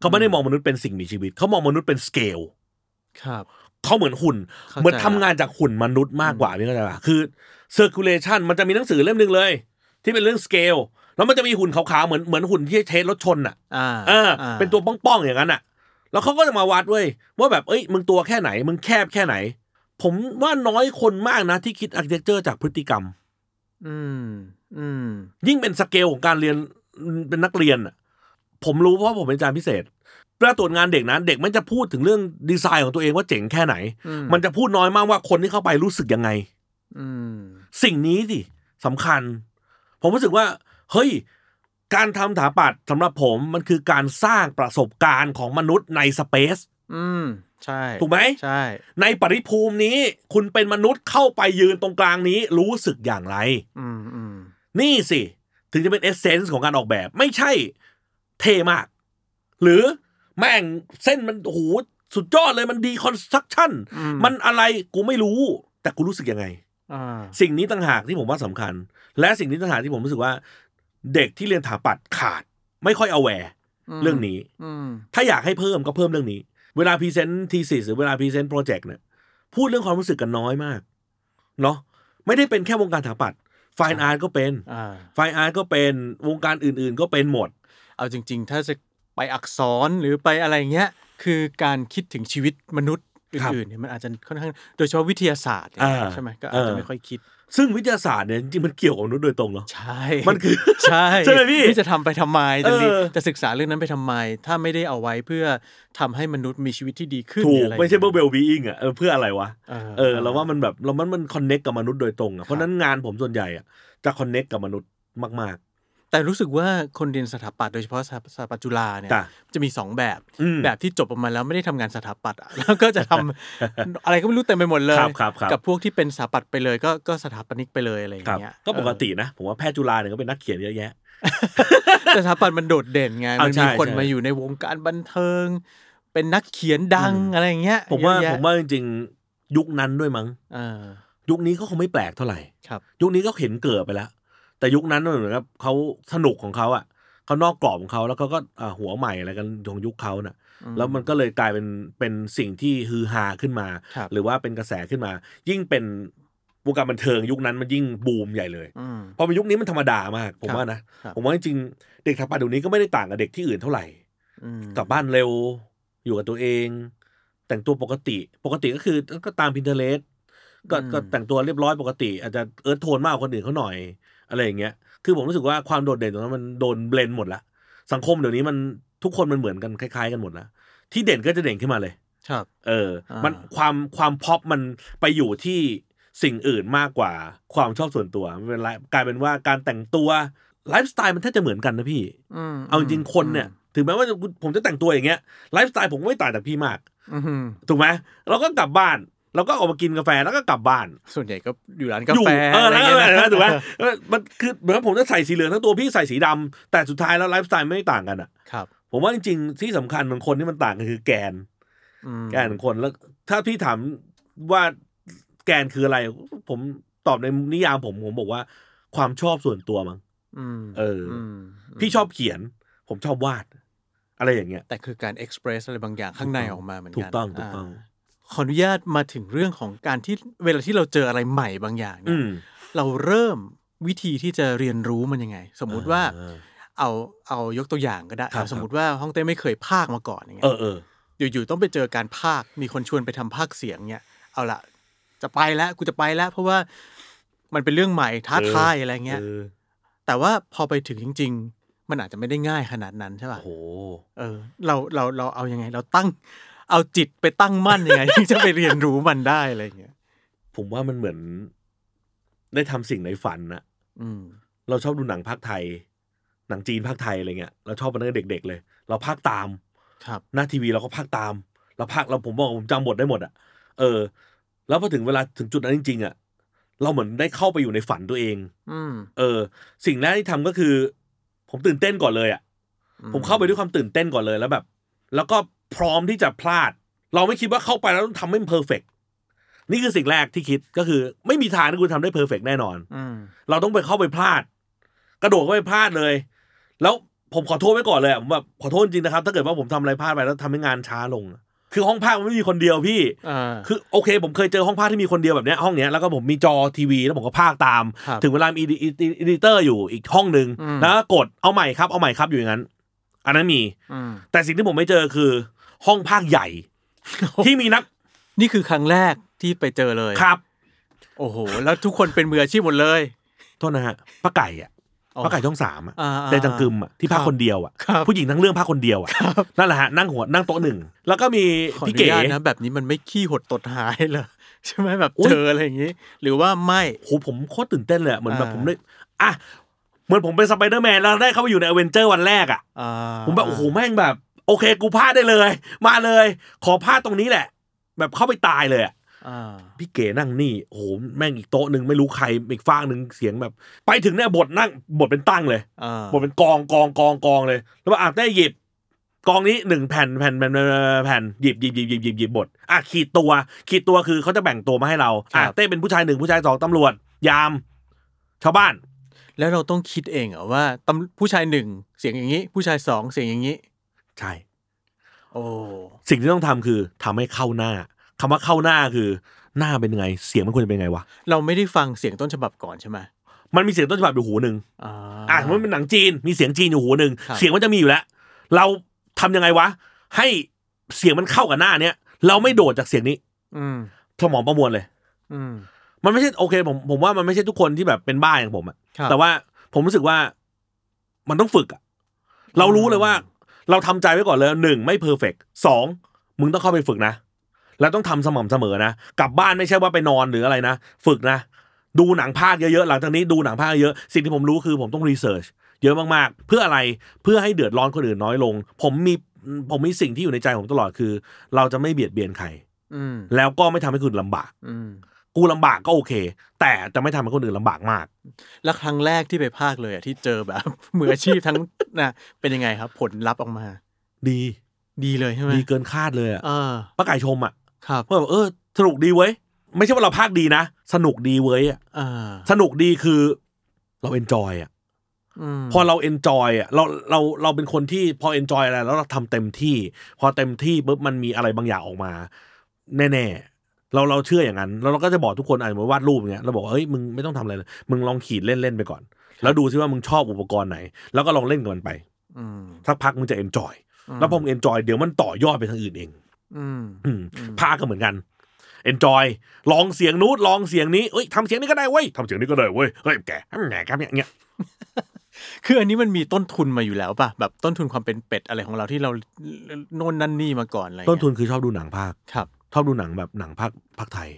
เขาไม่ได้มองมนุษย์เป็นสิ่งมีชีวิต เขามองมนุษย์เป็นสเกล ครับ เขาเหมือนหุ่น เข้าใจ เหมือนทำงานจากหุ่นมนุษย์มากกว่าพี่เข้าใจป่ะคือ circulation มันจะมีหนังสือเล่มหนึ่งเลย ที่เป็นเรื่องสเกลแล้วมันจะมีหุ่นขาวๆเหมือนเหมือนหุ่นที่เทสรถชนอ่ะ อ่า เอออา เป็นตัวป้องๆอย่างนั้นอ่ะ แล้วเขาก็จะมาวัดเว้ยว่าแบบเอ้ยมึงตัวแค่ไหน มึงแคบแค่ไหน ผมว่าน้อยคนมากนะที่คิดอาร์เคเต็กเจอร์จากพฤติกรรม อืม อืม ยิ่งเป็นสเกลของการเรียนเป็นนักเรียนอะผมรู้เพราะผมเป็นอาจารย์พิเศษเวลาตรวจงานเด็กนะเด็กมันจะพูดถึงเรื่องดีไซน์ของตัวเองว่าเจ๋งแค่ไหน อืม มันจะพูดน้อยมากว่าคนที่เข้าไปรู้สึกยังไง อืม สิ่งนี้สิสำคัญ ผมรู้สึกว่า เฮ้ย การทำถาปัดสำหรับผมมันคือการสร้างประสบการณ์ของมนุษย์ในสเปซ อืม ใช่ ถูกไหม ใช่ ในปริภูมินี้ คุณเป็นมนุษย์เข้าไปยืนตรงกลางนี้ รู้สึกอย่างไร อืมอืม นี่สิ ถึงจะเป็นเอเซนส์ของการออกแบบ ไม่ใช่เท่มาก หรือแม่งเส้นมันโอ้โหสุดยอดเลยมันดีคอนสตรักชั่น อื มันอะไรกูไม่รู้ แต่กูรู้สึกยังไง อ่า สิ่งนี้ต่างหากที่ผมว่าสำคัญ และสิ่งนี้ต่างหากที่ผมรู้สึกว่า เด็กที่เรียนถาปัดขาด ไม่ค่อยเอาแวร์เรื่องนี้ อืม ถ้าอยากให้เพิ่มก็เพิ่มเรื่องนี้ เวลาพรีเซนต์ทีสิหรือเวลาพรีเซนต์โปรเจกต์เนี่ยพูดเรื่องความรู้สึกกันน้อยมากเนาะไม่ได้เป็นแค่วงการถาปัดไฟน์อาร์ตก็เป็น อ่า ไฟอาร์ตก็เป็นวงการอื่นๆก็เป็นหมด เอาจริง ๆ ถ้าจะไปอักษรหรือไปอะไรเงี้ย คือการคิดถึงชีวิตมนุษย์อื่นๆเนี่ยมันอาจจะค่อนข้าง โดยเฉพาะวิทยาศาสตร์เนี่ย อ่า ใช่ไหมก็อาจจะ เออ ไม่ค่อยคิด ซึ่งวิทยาศาสตร์เนี่ยจริงๆมันเกี่ยวกับมนุษย์โดยตรงเหรอ ใช่ มันคือ ใช่ ใช่ไหมพี่ นี่จะทำไปทำไม จะเรียน เออ จะศึกษาเรื่องนั้นไปทำไม ถ้าไม่ได้เอาไว้เพื่อทำให้มนุษย์มีชีวิตที่ดีขึ้น ถู หรือกอะร ไม่ใช่เพื่อเวลบีอิงอ่ะเออเพื่ออะไรวะ เออ เออเราว่ามันแบบเรามันมันคอนเน็กกับมนุษย์โดยตรงอ่ะเพราะฉะนั้นงานผมส่วนใหญ่อ่ะจะคอนเน็กกับมนุษย์มาก แต่รู้สึกว่าคนเรียนสถาปัตย์โดยเฉพาะสถาสถาปัตย์จุฬาเนี่ย จ้ะ จะมีสองแบบ อืม แบบที่จบออกมาแล้วไม่ได้ทำงานสถาปัตย์อะ แล้วก็จะทำ อะไรก็ไม่รู้เต็มไปหมดเลย ครับครับครับ กับพวกที่เป็นสถาปัตย์ไปเลยก็ก็สถาปนิกไปเลยอะไรอ ๆ ย่า ครับ งเงี้ย ก็ปก เ ตินะ ผมว่าแพทย์จุฬาเนี่ยก็เป็นนักเขียนเยอะแยะ ออแต่สถาปัตย์มันโดดเด่นไง เอามัมันมี ใช่ คน ใช่ มาอยู่ในวงการบันเทิง เป็นนักเขียนดังอะไรอย่างเงี้ย ผมว่า เยอะแยะ ผมว่าจริงๆยุคนั้นด้วยมั้ง เออ ยุคนี้ก็คงไม่แปลกเท่าไหร่ ครับ ยุคนี้ก็เห็นเกิดไปแล้ว แต่ยุคนั้นมันเหมือนกับเขาสนุกของเขาอ่ะเขานอกกรอบของเขาแล้วเขาก็อ่าหัวใหม่อะไรกันของยุคเขาน่ะ แล้วมันก็เลยกลายเป็นเป็นสิ่งที่ฮือฮาขึ้นมา ครับ หรือว่าเป็นกระแสขึ้นมา ยิ่งเป็นวงการบันเทิงยุคนั้นมันยิ่งบูมใหญ่เลย อืม เพอเป็นยุคนี้มันธรรมดามาก ผม ครับ ว่านะครับ ผมว่าจริงๆเด็กถาปัดเดี๋ยวนี้ก็ไม่ได้ต่างกับเด็กที่อื่นเท่าไหร่ อืม กลับบ้านเร็ว อยู่กับตัวเอง แต่งตัวปกติ ปกติก็คือก็ตามพินเทเลสก็ก็แต่งตัวเรียบร้อยปกติ อาจจะเอิร์ธโทนมากกว่าคนอื่นเขาหน่อย อะไรอย่างเงี้ย คือผมรู้สึกว่าความโดดเด่นตรงนั้นมันโดนเบลนด์หมดละ สังคมเดี๋ยวนี้มันทุกคนมันเหมือนกันคล้าย ๆ กันหมดละ ที่เด่นก็จะเด่นขึ้นมาเลย ครับ เออ อ่ามั มันความความพ็อปมันไปอยู่ที่สิ่งอื่นมากกว่าความชอบส่วนตัวมันเป็นไลฟ์กลายเป็นว่าการแต่งตัวไลฟ์สไตล์มันแทบจะเหมือนกันนะพี่ ม เอาจริงๆคนเนี่ย ถึงแม้ว่าผมจะแต่งตัวอย่างเงี้ยไลฟ์สไตล์ผมก็ไม่ต่างจากพี่มาก อืมอืม ถูกไหมเราก็กลับบ้าน เราก็ออกมากินกาแฟแล้วก็กลับบ้าน ส่วนใหญ่ก็อยู่ร้านกา อยู่ แฟ เออแล้วก็ ะร แล้ เงี้ วย ถู กไหมเออมันคือเหมือนผมจะใส่สีเหลืองทั้งตัวพี่ใส่สีดำแต่สุดท้ายแล้วไลฟ์สไตล์ไม่ต่างกันอ่ะ ครับ ผมว่าจริงๆที่สำคัญของคนที่มันต่างกันคือแกน อืม แกนของคนแล้ว ถ้าพี่ถามว่าแกนคืออะไร ผมตอบในนิยามผมผมบอกว่า ความชอบส่วนตัวมั้ง อืม เอออื ม พี่ชอบเขียน ผมชอบวาด อะไรอย่างเงี้ย แต่คือการเอ็กซ์เพรสอะไรบางอย่างข้างในออกมาเหมือนกัน ถูกต้องถูกต้อง าขออนุญาตมาถึงเรื่องของการที่เวลาที่เราเจออะไรใหม่บางอย่างเนี่ อื ย ม เราเริ่มวิธีที่จะเรียนรู้มันยังไง สมมุติว่าเอาเอายกตัวอย่างก็ได้ ครับ สมมติว่าฮ่องเต้ไม่เคยพากย์มาก่อนอย่างเงี้ เอย อเออ อยู่ๆต้องไปเจอการภาค มีคนชวนไปทำภาคเสียงเนี่ย เอาละจะไปแล้วกูจะไปแล้ว เพราะว่ามันเป็นเรื่องใหม่ท้าทายอะไรเงี้ย เออ แต่ว่าพอไปถึงจริง ๆ มันอาจจะไม่ได้ง่ายขนาดนั้นใช่ป่ะ โอ้โห เออ เราเราเราเอายังไง เราตั้ง เอาจิตไปตั้งมั่นยังไง ที่จะไปเรียนรู้มันได้อะไรเงี้ย ผมว่ามันเหมือน ได้ทำสิ่งในฝันนะ อืม เราชอบดูหนังภาคไทย หนังจีนภาคไทยอะไรเงี้ยเราชอบมันตั้งแต่เด็ก ๆ เลย เราภาคตาม ครับ หน้าทีวีเราก็พากตาม เราพากเราผมบอกว่าผมจำบทได้หมดอ่ะ เออ แล้วพอถึงเวลาถึงจุดนั้นจริงๆอ่ะ เราเหมือนได้เข้าไปอยู่ในฝันตัวเอง อืม เออ สิ่งแรกที่ทำก็คือ ผมตื่นเต้นก่อนเลยอ่ะ อื ผมเข้าไปด้วยความตื่นเต้นก่อนเลยแล้วแบบ แล้วก็พร้อมที่จะพลาด เราไม่คิดว่าเข้าไปแล้วต้องทำให้มันเพอร์เฟกนี่คือสิ่งแรกที่คิดก็คือ ไม่มีทางที่คุณทำได้เพอร์เฟกแน่นอน อืม เราต้องไปเข้าไปพลาด กระโดดเข้าไปพลาดเลย แล้วผมขอโทษไว้ก่อนเลยอะผมแบบขอโทษจริงนะครับ ถ้าเกิดว่าผมทำอะไรพลาดไปแล้วทำให้งานช้าลงอะคือห้องภาคมันไม่มีคนเดียวพี่ เออ คือโอเค ผมเคยเจอห้องภาคที่มีคนเดียวแบบเนี้ยห้องเนี้ยแล้วก็ผมมีจอทีวี แล้วผมก็ภาคตาม ครับ ถึงเวลามีอีดิอีดิอีดิเตอร์อยู่อีกห้องหนึ่ง อืม แล้วก็กดเอาใหม่ครับเอาใหม่ครับอยู่อย่างนั้น อันนั้นมี อืม แต่สิ่งที่ผมไม่เจอคือ ห้องภาคใหญ่ ที่มีนัก นี่คือครั้งแรกที่ไปเจอเลย ครับ โอ้โห แล้วทุกคนเป็นมืออาชีพหมดเลย โทษนะฮะป้าไก่อะ อ๋อ ป้าไก่ช่องสามอะ อ่าๆ แต่จังกึมอะที่ภาคครับ คนเดียวอะ ครับ ผู้หญิงทั้งเรื่องภาคคนเดียวอะนั่นแหละฮะนั่งหัวนั่งโต๊ะหนึ่งแล้วก็มี ขออ พี่ นุ เก๋ ญาตนะแบบนี้มันไม่ขี้หดตดหายเหรอ ใช่ไหมแบบ อุ๊ย เจออะไรอย่างนี้ หรือว่าไม่ โหผมโคตรตื่นเต้นเลยอะเหมือนแบบ อ่า ผมได้อ่ะเหมือนผมเป็นสไปเดอร์แมนแล้วได้เข้าไปอยู่ในอเวนเจอร์วันแรกอะ อ่า ผมแบบโอ้โหแม่งแบบ โอเคกูพลาดได้เลย มาเลย ขอพลาดตรงนี้แหละ แบบเข้าไปตายเลยอะ อ่า พี่เก๋นั่งนี่โอ้โหแม่งอีกโต๊ะหนึ่งไม่รู้ใครอีกฟากหนึ่งเสียงแบบ ไปถึงเนี่ยบทนั่งบทเป็นตั้งเลย อ่า บทเป็นกองกองกองกองเลย แล้วว่าอ่ะได้หยิบ กองนี้หนึ่งแผ่นแผ่นแผ่นแผ่นแผ่นหยิบหยิบหยิบหยิบหยิบหยิบบทอ่ะขีดตัว ขีดตัวคือเขาจะแบ่งตัวมาให้เราอ่ะเต้เป็นผู้ชายหนึ่งผู้ชายสองตำรวจ ยาม ชาวบ้าน แล้วเราต้องคิดเองเหรอว่าตำผู้ชายหนึ่งเสียงอย่างนี้ ผู้ชายสองเสียงอย่างนี้ ใช่ โอ้ สิ่งที่ต้องทำคือทำให้เข้าหน้าคำว่าเข้าหน้าคือ หน้าเป็นยังไง เสียงมันควรจะเป็นยังไงวะ เราไม่ได้ฟังเสียงต้นฉบับก่อนใช่ไหม มันมีเสียงต้นฉบับอยู่หูหนึ่ง อ่า อ่ะสมมติมันเป็นหนังจีน มีเสียงจีนอยู่หูหนึ่ง ครับ เสียงมันจะมีอยู่แล้ว เราทำยังไงวะ ให้เสียงมันเข้ากับหน้าเนี้ยเราไม่โดดจากเสียงนี้ อืม สมองประมวลเลย อืม มันไม่ใช่โอเคผมผมว่ามันไม่ใช่ทุกคนที่แบบเป็นบ้าอย่างผมอะ ครับ แต่ว่าผมรู้สึกว่ามันต้องฝึกอะเรารู้เลยว่า เราทำใจไว้ก่อนเลยหนึ่งไม่เพอร์เฟกสองมึงต้องเข้าไปฝึกนะ แล้วต้องทำสม่ำเสมอนะ กลับบ้านไม่ใช่ว่าไปนอนหรืออะไรนะ ฝึกนะ ดูหนังภาคเยอะๆ หลังจากนี้ดูหนังภาคเยอะสิ่งที่ผมรู้คือผมต้องรีเสิร์ชเยอะมากๆ เพื่ออะไรเพื่อให้เดือดร้อนคนอื่นน้อยลง ผมมีผมมีสิ่งที่อยู่ในใจผมตลอดคือ เราจะไม่เบียดเบียนใคร อืม แล้วก็ไม่ทำให้คนอื่นลำบาก อืม กูลำบากก็โอเค แต่จะไม่ทำให้คนอื่นลำบากมาก แล้วครั้งแรกที่ไปภาคเลยอะที่ เจอแบบ มืออาชีพทั้งน่ะเป็นยังไงครับ ผลลัพธ์ออกมา ดี ดีเลยใช่ไหม ดีเกินคาดเลยอะ เออ ป้าไก่ชมอะ ครับ ว่าแบบเออสนุกดีเว้ย ไม่ใช่ว่าเราภาคดีนะ สนุกดีเว้ยอะ อ่า สนุกดีคือ เราเอนจอยอะ ม พอเราเอนจอยอะเราเราเราเป็นคนที่พอเอนจอยอะไรแล้วเราทำเต็มที่ พอเต็มที่ปุ๊บมันมีอะไรบางอย่างออกมา แน่ๆ เราเราเชื่ออย่างนั้น แล้วเราก็จะบอกทุกคนอ่ะเหมือนวาดรูปอย่างเงี้ยเราบอกว่าเอ้ยมึงไม่ต้องทำอะไรเลยมึงลองขีดเล่นๆไปก่อน แล้วดูซิว่ามึงชอบอุปกรณ์ไหน แล้วก็ลองเล่นกับมันไป อืม สักพักมึงจะเอนจอย อืม แล้วพอมึงเอนจอยเดี๋ยวมันต่อยอดไปทางอื่นเอง อืม อืม อืม ภาคก็เหมือนกันเอนจอยลองเสียงนู้ดลองเสียงนี้เอ้ยทำเสียงนี้ก็ได้เว้ยทำเสียงนี้ก็ได้เว้ยเฮ้ยแกแหมครับเนี่ยเงี้ย คืออันนี้มันมีต้นทุนมาอยู่แล้วป่ะแบบต้นทุนความเป็นเป็ดอะไรของเราที่เราโน่นนั่นนี่มาก่อนอะไรเงี้ย ต้นทุนคือชอบดูหนังภาค ครับ ชอบดูหนังแบบหนังภาคภาคไทย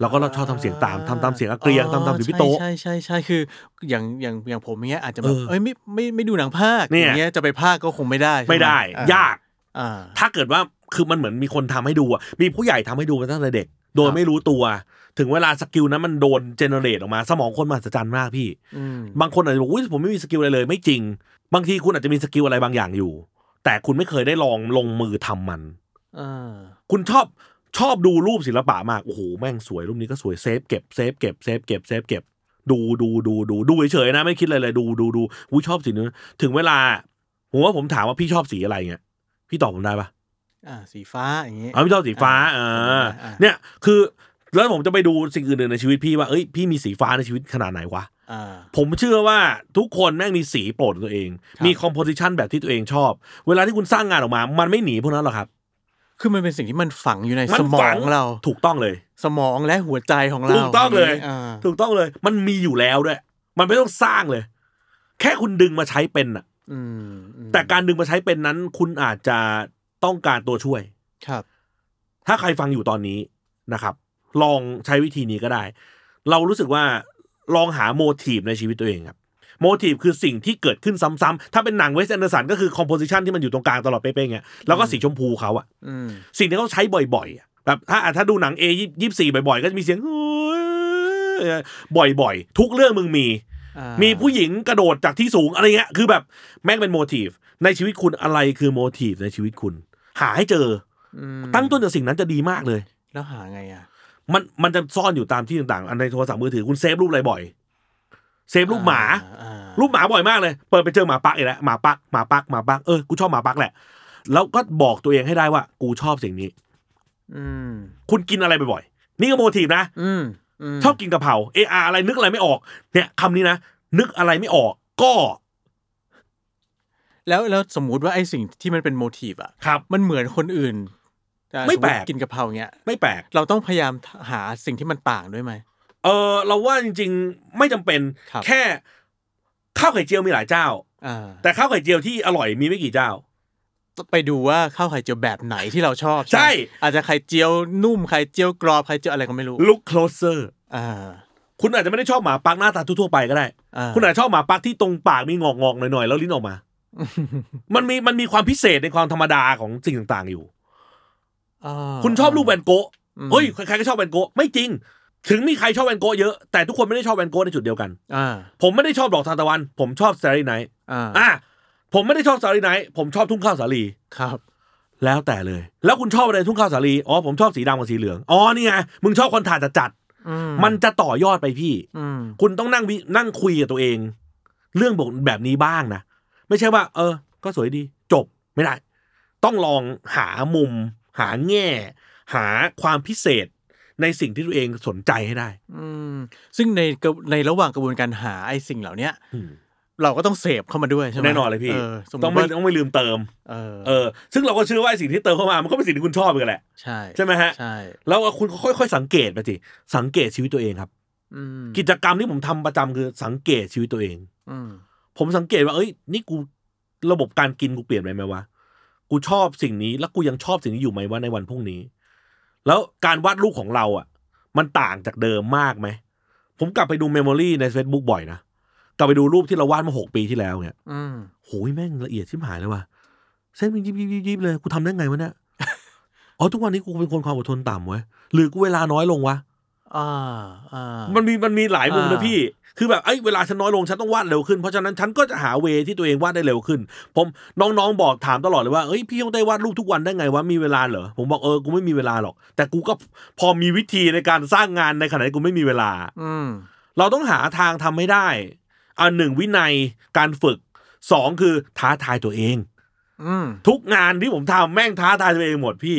แล้วก็เราชอบทำเสียงตาม อ่ ทำตามเสียงอาเกรียงทำตามเสียงพี่โตะ ใช่ใช่ใช่ใช่คืออย่างอย่างอย่างผมอย่างเงี้ยอาจจะแบบ เออ เอ้ยไม่ไม่ไม่ดูหนังภาค เนี่ย อย่างเงี้ยจะไปภาคก็คงไม่ได้ใช่ห ไม่ได้ อ่ ยาก อ่า ถ้าเกิดว่าคือมันเหมือนมีคนทำให้ดูอะมีผู้ใหญ่ทำให้ดูมาตั้งแต่เด็ก โดคยรับ ไม่รู้ตัว ถึงเวลาสกิลนั้นมันโดนเจเนเรตออกมา สมองคนมหัศจรรย์มากพี่ อืม บางคนอาจจะบอกอุ้ยผมไม่มีสกิลอะไรเลย ไม่จริง บางทีคุณอาจจะมีสกิลอะไรบางอย่างอยู่ แต่คุณไม่เคยได้ลองลงมือทำมัน อ่า คุณชอบชอบดูรูปศิลปะมากโอ้โหแม่งสวยรูปนี้ก็สวยเซฟเก็บเซฟเก็บเซฟเก็บเซฟเก็บ ดูดูดูดูดูเฉยๆนะ ไม่คิดอะไรเลยดูดูดูอุ้ยชอบสีนี้ถึงเวลา ผมว่าผมถามว่าพี่ชอบสีอะไรเงี้ยพี่ตอบผมได้ปะ อ่าสีฟ้าอย่างงี้ อ๋อพี่ชอบสีฟ้า อ่า อ่า อ่า เนี่ยคือแล้วผมจะไปดูสิ่งอื่นๆในชีวิตพี่ว่าเอ้ยพี่มีสีฟ้าในชีวิตขนาดไหนวะ อ่า ผมเชื่อว่าทุกคนแม่งมีสีโปรดของตัวเอง ครับ มีคอมโพสิชันแบบที่ตัวเองชอบ เวลาที่คุณสร้างงานออกมา มันไม่หนีพวกนั้นหรอกครับ คือมันเป็นสิ่งที่มันฝังอยู่ใน มั สมอ ฝั งเรา ถูกต้องเลย สมองและหัวใจของเรา ถูกต้องเลย อ่า ถูกต้องเลย มันมีอยู่แล้วด้วย มันไม่ต้องสร้างเลย แค่คุณดึงมาใช้เป็นน่ะ อืมอืม แต่การดึงมาใช้เป็นนั้น คุณอาจจะต้องการตัวช่วย ครับ ถ้าใครฟังอยู่ตอนนี้นะครับ ลองใช้วิธีนี้ก็ได้ เรารู้สึกว่าลองหาโมทีฟในชีวิตตัวเองครับโมทีฟคือสิ่งที่เกิดขึ้นซ้ำๆถ้าเป็นหนังเวสแอนเดอร์สันก็คือคอมโพสิชันที่มันอยู่ตรงกลางตลอดเป๊ะๆเงี้ยแล้วก็สีชมพูเขาอะ อืม สิ่งที่เขาใช้บ่อยๆอะแบบถ้าอ่ะถ้าดูหนัง A ยี่สี่บ่อยๆ ก็จะมีเสียงโอ๊ยบ่อยๆ ทุกเรื่องมึงมี อ่า มีผู้หญิงกระโดดจากที่สูงอะไรเงี้ย คือแบบแม่งเป็นโมทีฟในชีวิตคุณอะไรคือโมทีฟในชีวิตคุณ หาให้เจอ อืม ตั้งต้นจากสิ่งนั้นจะดีมากเลย แล้วหาไงอ่ะ มันมันจะซ่อนอยู่ตามที่ต่างๆอันในโทรศัพท์มือถือคุณเซฟรูปอะไรบ่อย เซฟรูปหมา อ่ รูปหมาบ่อยมากเลย เปิดไปเจอหมาปักอีกแล้วหมาปักหมาปักหมาปักเออกูชอบหมาปักแหละ แล้วก็บอกตัวเองให้ได้ว่า กูชอบสิ่งนี้ อืม คุณกินอะไรบ่อยๆนี่ก็โมทีฟนะ อืมอืม ชอบกินกะเพราเออาอะไรนึกอะไรไม่ออก เนี่ยคำนี้นะนึกอะไรไม่ออก ก็ แล้วแล้วสมมุติว่าไอ้สิ่งที่มันเป็นโมทีฟอ่ะ ครับ มันเหมือนคนอื่นอ่ะ ไม่แปลสกติกินกะเพราเงี้ย ไม่แปลก เราต้องพยายามหาสิ่งที่มันต่างด้วยไหม เออเราว่าจริงๆไม่จำเป็น ครับ แค่ข้าวไข่เจียวมีหลายเจ้า อ่า แต่ข้าวไข่เจียวที่อร่อยมีไม่กี่เจ้า ไปดูว่าข้าวไข่เจียวแบบไหนที่เราชอบ ใช่ ไหมอาจจะไข่เจียวนุ่มไข่เจียวกรอบไข่เจียวอะไรก็ไม่รู้ look closer อ่า คุณอาจจะไม่ได้ชอบหมาปักหน้าตาทั่วๆไปก็ได้ อ่า คุณอาจจะชอบหมาปักที่ตรงปากมีงอกงอกๆหน่อยๆแล้วลิ้นออกมา มันมีมันมีความพิเศษในความธรรมดาของสิ่งต่างๆอยู่ อ่า คุณชอบรูปแวนโกะ อืม เฮ้ยใครๆก็ชอบแวนโกะไม่จริง ถึงมีใครชอบแวนโกะเยอะแต่ทุกคนไม่ได้ชอบแวนโกะในจุดเดียวกัน อ่า ผมไม่ได้ชอบดอกทานตะวัน ผมชอบสตาร์ไนท์ อ่า อ่ะผมไม่ได้ชอบสตาร์ไนท์ผมชอบทุ่งข้าวสาลี ครับ แล้วแต่เลย แล้วคุณชอบอะไรทุ่งข้าวสาลีอ๋อผมชอบสีดำกับสีเหลืองอ๋อนี่ไงมึงชอบคนถ่ายจัด อื ๆมันจะต่อยอดไปพี่ อืม คุณต้องนั่งวินั่งคุยกับตัวเอง เรื่องแบบนี้บ้างนะ ไม่ใช่ว่า เออ ก็สวยดี จบไม่ได้ ต้องลองหามุม หาแง่ หาความพิเศษในสิ่งที่ตัวเองสนใจให้ได้ อืมซึ่งในกระในระหว่างกระบวนการหาไอ้สิ่งเหล่าเนี้ย อืม เราก็ต้องเสพเข้ามาด้วยใช่ไหม แน่นอนเลยพี่ ออสมม ต้อง ติ ไม่ ว่า ต้องไม่ลืมเติม เออ เออ ซึ่งเราก็เชื่อว่าไอ้สิ่งที่เติมเข้ามา มันก็เป็นสิ่งที่คุณชอบเหมือนกันแหละ ใช่ ใช่ไหมฮะ ใช่ แล้วคุณก็ค่อยๆสังเกตไปสิ สังเกตชีวิตตัวเองครับ อืม กิจกรรมที่ผมทำประจำคือสังเกตชีวิตตัวเอง อืม ผมสังเกตว่าเอ้ยนี่กูระบบการกินกูเปลี่ยนไปไหมวะกูชอบสิ่งนี้แล้วกูยังชอบสิ่งนี้อยู่ไหมวะในวันพรุ่งนี้ แล้วการวาดรูปของเราอ่ะ มันต่างจากเดิมมากไหมผมกลับไปดูเมมโมรีใน Facebook บ่อยนะกลับไปดูรูปที่เราวาดเมาหกปีที่แล้วเนี่ย อืม โหยแม่งละเอียดชิบหายเลยว่ะเส้นมันยิบยิบยิบยิบเลยกูทำได้ไงวะเนี่ย อ๋อทุกวันนี้กูเป็นคนความอดทนต่ำเว้ยหรือกูเวลาน้อยลงวะ อ่าอ่า มันมีมันมีหลายมุมนะ อ่า พี่ คือแบบ เอ้ย เวลาฉันน้อยลง ฉันต้องวาดเร็วขึ้น เพราะฉะนั้นฉันก็จะหาเวที่ตัวเองวาดได้เร็วขึ้น ผมน้องๆบอกถามตลอดเลยว่า เอ้ย พี่ต้องได้วาดรูปทุกวันได้ไงวะ มีเวลาเหรอ ผมบอกเออ กูไม่มีเวลาหรอก แต่กูก็พอมีวิธีในการสร้างงานในขณะที่กูไม่มีเวลา อืม เราต้องหาทางทำให้ได้ อันหนึ่งวินัย การฝึกสองคือท้าทายตัวเอง อืม ทุกงานที่ผมทำแม่งท้าทายตัวเองหมดพี่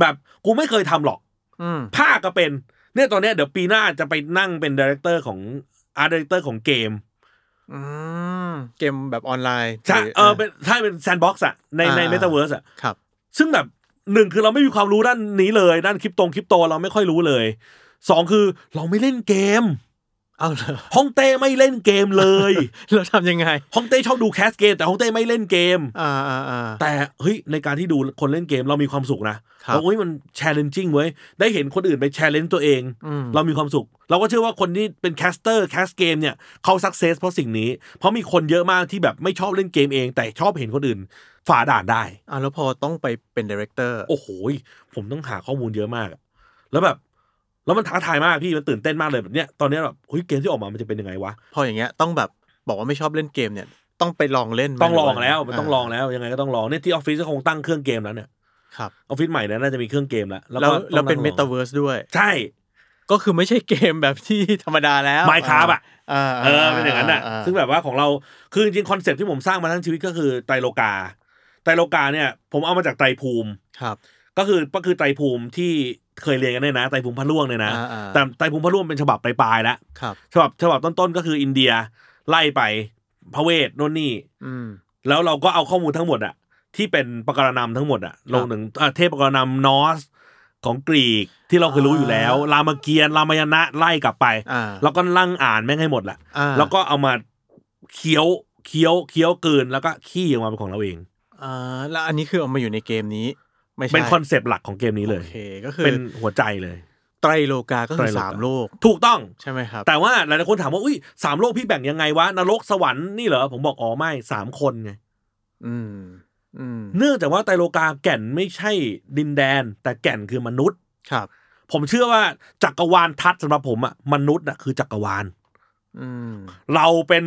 แบบกูไม่เคยทำหรอก อืม ภาคก็เป็นเนี่ยตอนเนี้ยเดี๋ยวปีหน้าจะไปนั่งเป็นดีเรคเตอร์ของอาร์ดีเรคเตอร์ของเกม อืมเกมแบบออนไลน์ ใช่ หรื เออเป็นใช่เป็นแซนด์บ็อกซ์อะในใน อ่า เมตาเวิร์สอะ ครับ ซึ่งแบบหนึ่งคือเราไม่มีความรู้ด้านนี้เลย ด้านคริปตงคริปโตเราไม่ค่อยรู้เลยสองคือเราไม่เล่นเกม เอาเหร อ ฮ่องเต้ไม่เล่นเกม เลย เราทำยังไง ฮ่องเต้ชอบดูแคสเกม แต่ฮ่องเต้ไม่เล่นเกม อ่าอ่าอ่า แต่เฮ้ยในการที่ดูคนเล่นเกมเรามีความสุขนะครับ เราเฮ้ยมันแชร์เลนจิ้งเว้ยได้เห็นคนอื่นไปแชร์เลนตัวเอง อืม เรามีความสุข เราก็เชื่อว่าคนที่เป็นแคสเตอร์แคสเกมเนี่ยเขาสักเซสเพราะสิ่งนี้ เพราะมีคนเยอะมากที่แบบไม่ชอบเล่นเกมเอง แต่ชอบเห็นคนอื่นฝ่าด่านได้ อ่าแล้วพอต้องไปเป็นดีเรคเตอร์ โอ้โหยผมต้องหาข้อมูลเยอะมากอะแล้วแบบ แล้วมันท้าทายมากพี่มันตื่นเต้นมากเลยแบบเนี้ยตอนเนี้ยแบบเฮ้ยเกมที่ออกมามันจะเป็นยังไงวะ พออย่างเงี้ยต้องแบบบอกว่าไม่ชอบเล่นเกมเนี่ย ต้องไปลองเล่นไหม ต้องลองแล้ว หรืา มันต้องลองแล้วยังไงก็ต้องลองเนี่ยที่ออฟฟิศก็คงตั้งเครื่องเกมแล้วเนี่ย ครับ ออฟฟิศใหม่เนี่ยน่าจะมีเครื่องเกมแล้ว แล้ว ก็ แล้วเป็น ต้อง เม นั่งอง ตาเวิร์สด้วย ใช่ ก็คือไม่ใช่เกมแบบที่ธรรมดาแล้ว ไมครับอ่ะ า เออเป็นอย่างนั้นอ่ะ า ซึ่งแบบว่าของเรา คือจริงคอนเซปที่ผมสร้างมาทั้งชีวิตก็คือไตรโลกา ไตรโลกาเนี่ย ผมเอามาจากไตรภูมิ ครับ ก็คือก็คือไตรภูมิที่เคยเรียนกันเนี่ยนะ ไตรภูมิพระล่วงเนี่ยนะ อ่าอ่า แต่ไตรภูมิพระล่วงเป็นฉบับปลายๆแล้ว ครับ ฉบับฉบับต้นๆก็คืออินเดียไล่ไปพระเวทโน่นนี่ อืม แล้วเราก็เอาข้อมูลทั้งหมดอะที่เป็นประการนำทั้งหมดอะลงถึงอ่ะเทพประการนำนอร์สของกรีกที่เราเคยรู้อยู่แล้ว รามเกียรติ์รามายณะไล่กลับไป อ่า แล้วก็ลั่งอ่านแม่งให้หมดแหละ อ่า แล้วก็เอามาเคี้ยวเคี้ยวเคี้ยวกลืนแล้วก็ขี้ออกมาเป็นของเราเอง อ่าแล้วอันนี้คือเอามาอยู่ในเกมนี้ ไม่ใช่ เป็นคอนเซปต์หลักของเกมนี้เลย โอเคก็คือ เป็นหัวใจเลย ไตรโลกาก็ ไต คื ร อ โลกา สามโลก ถูกต้อง ใช่ไหมครับ แต่ว่าหลายๆคนถามว่าอุ้ยสามโลกพี่แบ่งยังไงวะนรกสวรรค์นี่เหรอผมบอกอ๋อไม่สามคนไง อืม อืม เนื่องจากว่าไตรโลกาแก่นไม่ใช่ดินแดน แต่แก่นคือมนุษย์ ครับ ผมเชื่อว่าจักรวาลทัศน์สำหรับผมอะมนุษย์อะคือจักรวาล อืม เราเป็น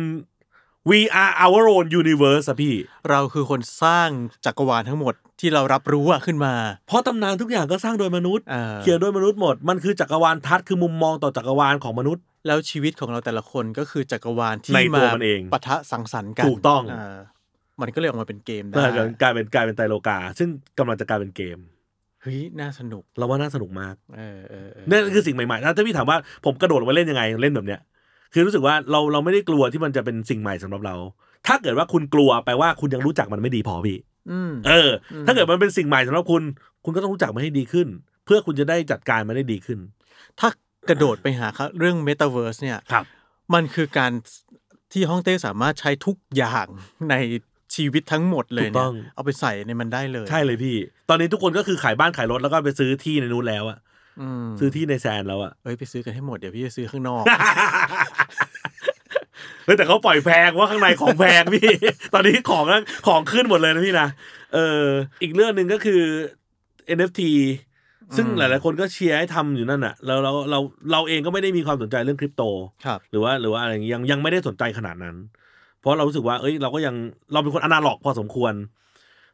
we are our own universe อะพี่ เราคือคนสร้างจักรวาลทั้งหมดที่เรารับรู้อะขึ้นมา เพราะตำนานทุกอย่างก็สร้างโดยมนุษย์ อ่า เขียนโดยมนุษย์หมด มันคือจักรวาลทัศน์คือมุมมองต่อจักรวาลของมนุษย์ แล้วชีวิตของเราแต่ละคนก็คือจักรวาลที่ ในตั มาว มันเอง ปะทะสังสรรค์กัน ถูกต้อง ามันก็เลยออกมาเป็นเกมได้ น่าจะกลายเป็นกลายเป็นไตรโลกา ซึ่งกำลังจะกลายเป็นเกม เฮ้ยน่าสนุก เราว่าน่าสนุกมาก เออเออเออ นั่นคือสิ่งใหม่ๆถ้าถ้าพี่ถามว่าผมกระโดดลงไปเล่นยังไงเล่นแบบเนี้ย คือรู้สึกว่าเราเราไม่ได้กลัวที่มันจะเป็นสิ่งใหม่สำหรับเรา ถ้าเกิดว่าคุณกลัวแปลว่าคุณยังรู้จักมันไม่ดีพอพี่ อืม เออ อืม ถ้าเกิดมันเป็นสิ่งใหม่สำหรับคุณ คุณก็ต้องรู้จักมันให้ดีขึ้น เพื่อคุณจะได้จัดการมันได้ดีขึ้น ถ้ากระโดดไปหาครับเรื่องเมตาเวิร์สเนี่ย ครับ มันคือการที่ฮ่องเต้สามารถใช้ทุกอย่างในชีวิตทั้งหมดเลย ถูก เนี่ ต้ ย อง เอาไปใส่ในมันได้เลย ใช่เลยพี่ ตอนนี้ทุกคนก็คือขายบ้านขายรถแล้วก็ไปซื้อที่ในนู้นแล้วอะ อืม ซื้อที่ในแซนแล้วอะ เอ้ยไปซื้อกันให้หมดเดี๋ยวพี่จะซื้อข้างนอก เฮ้ยแต่เขาปล่อยแพงว่าข้างในของแพงพี่ ตอนนี้ของนั้นของขึ้นหมดเลยนะพี่นะเอออีกเรื่องหนึ่งก็คือ NFT ซึ่ง อืม หลาย ๆ คนก็เชียร์ให้ทำอยู่นั่นน่ะแล้วเราเราเราเองก็ไม่ได้มีความสนใจเรื่องคริปโต ครับ หรือว่าหรือว่าอะไรอย่างงี้ยังยังไม่ได้สนใจขนาดนั้น เพราะเรารู้สึกว่าเอ้ยเราก็ยังเราเป็นคนอนาล็อกพอสมควร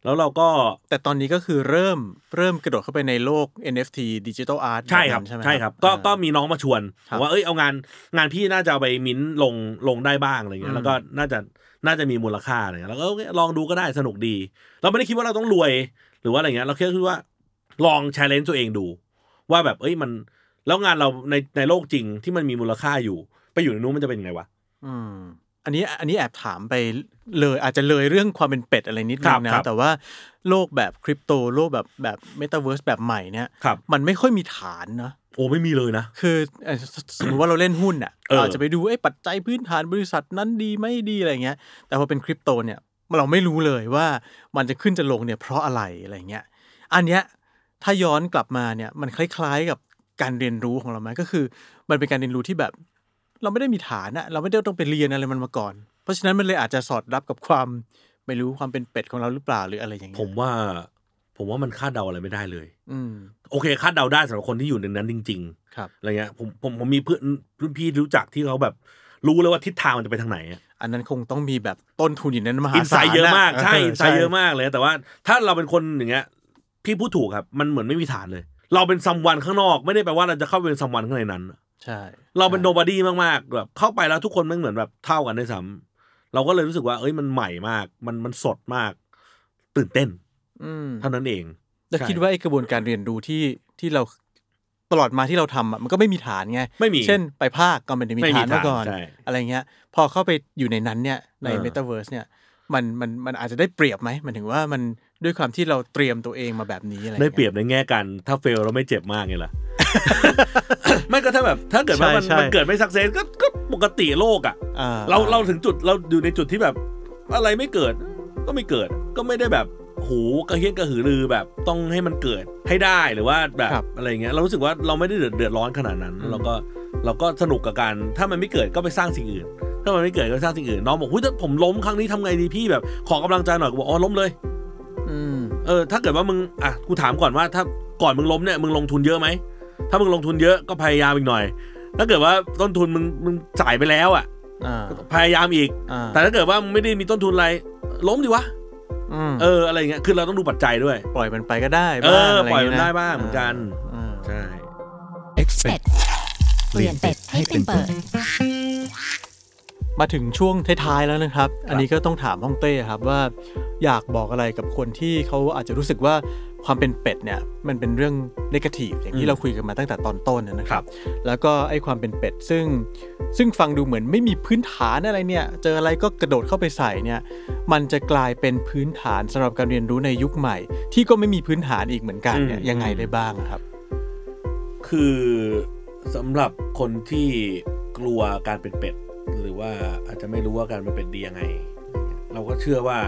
แล้วเราก็ แต่ตอนนี้ก็คือเริ่มเริ่มกระโดดเข้าไปในโลก NFT Digital Art ใช่ครับ แนั้นใช่ไหม ใช่ครับก็ อ่า ก็มีน้องมาชวน ครับ ว่าเอ้ยเอางานงานพี่น่าจะเอาไปมิ้นท์ลงลงได้บ้างอะไรเงี้ อื ย ม แล้วก็น่าจะน่าจะมีมูลค่าอะไรเงี้ยแล้วก็โอเคลองดูก็ได้สนุกดี เราไม่ได้คิดว่าเราต้องรวย หรือว่าอะไรเงี้ยเราแค่คิดว่าลองแชร์เลนตัวเองดู ว่าแบบเอ้ยมันแล้วงานเราในในโลกจริงที่มันมีมูลค่าอยู่ ไปอยู่ในนู้นมันจะเป็นยังไงวะ อืมอันนี้อันนี้แอบถามไปเลยอาจจะเลยเรื่องความเป็นเป็ดอะไรนิดนึ ครั ง บ นะครับ แต่ว่าโลกแบบคริปโตโลกแบบแบบเมตาเวิร์สแบบใหม่เนี่ย ครับ มันไม่ค่อยมีฐานเนาะ โอ้ไม่มีเลยนะ คือเอ่อสสมมติว่าเราเล่นหุ้นอ่ะ เออ เราจะไปดูไอ้ยปัจจัยพื้นฐานบริษัทนั้นดีไม่ดีอะไรเงี้ย แต่พอเป็นคริปโตเนี่ยเราไม่รู้เลยว่ามันจะขึ้นจะลงเนี่ยเพราะอะไรอะไรเงี้ย อันเนี้ยถ้าย้อนกลับมาเนี่ยมันคล้ายๆกับการเรียนรู้ของเราไหมก็คือ มันเป็นการเรียนรู้ที่แบบ เราไม่ได้มีฐานอะเราไม่ได้ต้องไปเรียนอะไรมันมาก่อน เพราะฉะนั้นมันเลยอาจจะสอดรับกับความไม่รู้ความเป็นเป็ดของเราหรือเปล่าหรืออะไรอย่าง ผ เงี้ย มว่า ผมว่ามันคาดเดาอะไรไม่ได้เลย อืม โอเคคาดเดาได้สำหรับคนที่อยู่ในนั้นจริง ๆ ครับ อะไรเงี้ยผมผมผมมีเพื่อนรุ่นพี่รู้จักที่เขาแบบ รู้เลยว่าทิศทางมันจะไปทางไหน อันนั้นคงต้องมีแบบต้นทุนอยู่นั้นมหา อินไซ ศาล ด์เยอะมากใช่ น อินไซด์เยอะมากเลย แต่ว่าถ้าเราเป็นคนอย่างเงี้ยพี่พูดถูกครับ มันเหมือนไม่มีฐานเลย เราเป็นซัมวันข้างนอก ไม่ได้แปลว่าเราจะเข้าไปเป็นซัมวันข้างในนั้น ใช่ เราเป็นโน ใช่ บ o ดี้มากๆแบบเข้าไปแล้วทุกคนมันเหมือนแบบเท่ากันด้วยซ้ำเราก็เลยรู้สึกว่า เอ้ยมันใหม่มาก มันมันสดมาก ตื่นเต้น อืม เท่านั้นเอง แล้ว ใช่ คิดว่าไอ้กระบวนการเรียนรู้ที่ที่เราตลอดมาที่เราทำอะมันก็ไม่มีฐานไง ไม่มี เช่นไปภาคก็ไม่ได้มี ไม่ ฐา มี น ฐา มาก่อน น ใช่ อะไรเงี้ย พอเข้าไปอยู่ในนั้นเนี่ยใน เออ เมตาเวิร์สเนี่ยมันมันมันอาจจะได้เปรียบไหมหมันถึงว่ามันด้วยความที่เราเตรียมตัวเองมาแบบนี้อะไร ได้ งี้ เปรียบในแง่การถ้าเฟลเราไม่เจ็บมากไงล่ะ ไม่ก็ถ้าแบบถ้าเกิดว่ามัน ใช่ใช่ มันเกิดไม่สักเซสก็ก็ปกติโลกอ่ะ อ่ เราเราถึงจุดเราอยู่ในจุดที่แบบอะไรไม่เกิด ก็ไม่เกิดก็ไม่ได้แบบหูกระเฮี้ยนกระหือรือ แบบต้องให้มันเกิดให้ได้หรือว่าแบบ ครับ อะไรเงี้ยเรารู้สึกว่าเราไม่ได้เดือดเดือดร้อนขนาดนั้น อืม เราก็เราก็สนุกกับการถ้ามันไม่เกิดก็ไปสร้างสิ่งอื่น ถ้ามันไม่เกิดก็ไปสร้างสิ่งอื่นน้องบอกหุ้ยถ้าผมล้มครั้งนี้ทำไงดีพี่แบบ ขอกำลังใจหน่อยกูบอกอ๋อล้มเลย อืม เออถ้าเกิดว่ามึงอ่ะกูถามก่อนว่าถ้าก่อนมึงล้มเนี่ยมึงลงทุนเยอะไหมถ้ามึงลงทุนเยอะก็พยายามอีกหน่อย ถ้าเกิดว่าต้นทุนมึงมึงจ่ายไปแล้วอ่ะ อ่า พยายามอีก อ่า แต่ถ้าเกิดว่ามึงไม่ได้มีต้นทุนอะไรล้มดิวะ ม เอออะไรเงี้ยคือเราต้องดูปัจจัยด้วย ปล่อยมันไปก็ได้ เอ บ้าง อ อะไร ปล่อย เงี้ มัน ยะ ได้บ้างเหมือนกัน อ่า ใช่ Expect เปลี่ยนเป็ดให้เป็นเปิด มาถึงช่วงท้ายๆแล้วนะครับ อันนี้ก็ต้องถามฮ่องเต้ครับว่า อยากบอกอะไรกับคนที่เขาอาจจะรู้สึกว่าความเป็นเป็ดเนี่ยมันเป็นเรื่องนกาทีฟอย่างที่เราคุยกันมาตั้งแต่ตอนต้นนะนะค ครั รับ บ แล้วก็ไอ้ความเป็นเป็ดซึ่งซึ่งฟังดูเหมือนไม่มีพื้นฐานอะไรเนี่ย เจออะไรก็กระโดดเข้าไปใส่เนี่ย มันจะกลายเป็นพื้นฐานสำหรับการเรียนรู้ในยุคใหม่ ที่ก็ไม่มีพื้นฐานอีกเหมือนกันเนี่ย อืม ยังไงได้บ้างครับ คือสำหรับคนที่กลัวการเป็นเป็ด หรือว่าอาจจะไม่รู้ว่าการเป็นเป็ดดียังไง เราก็เชื่อว่า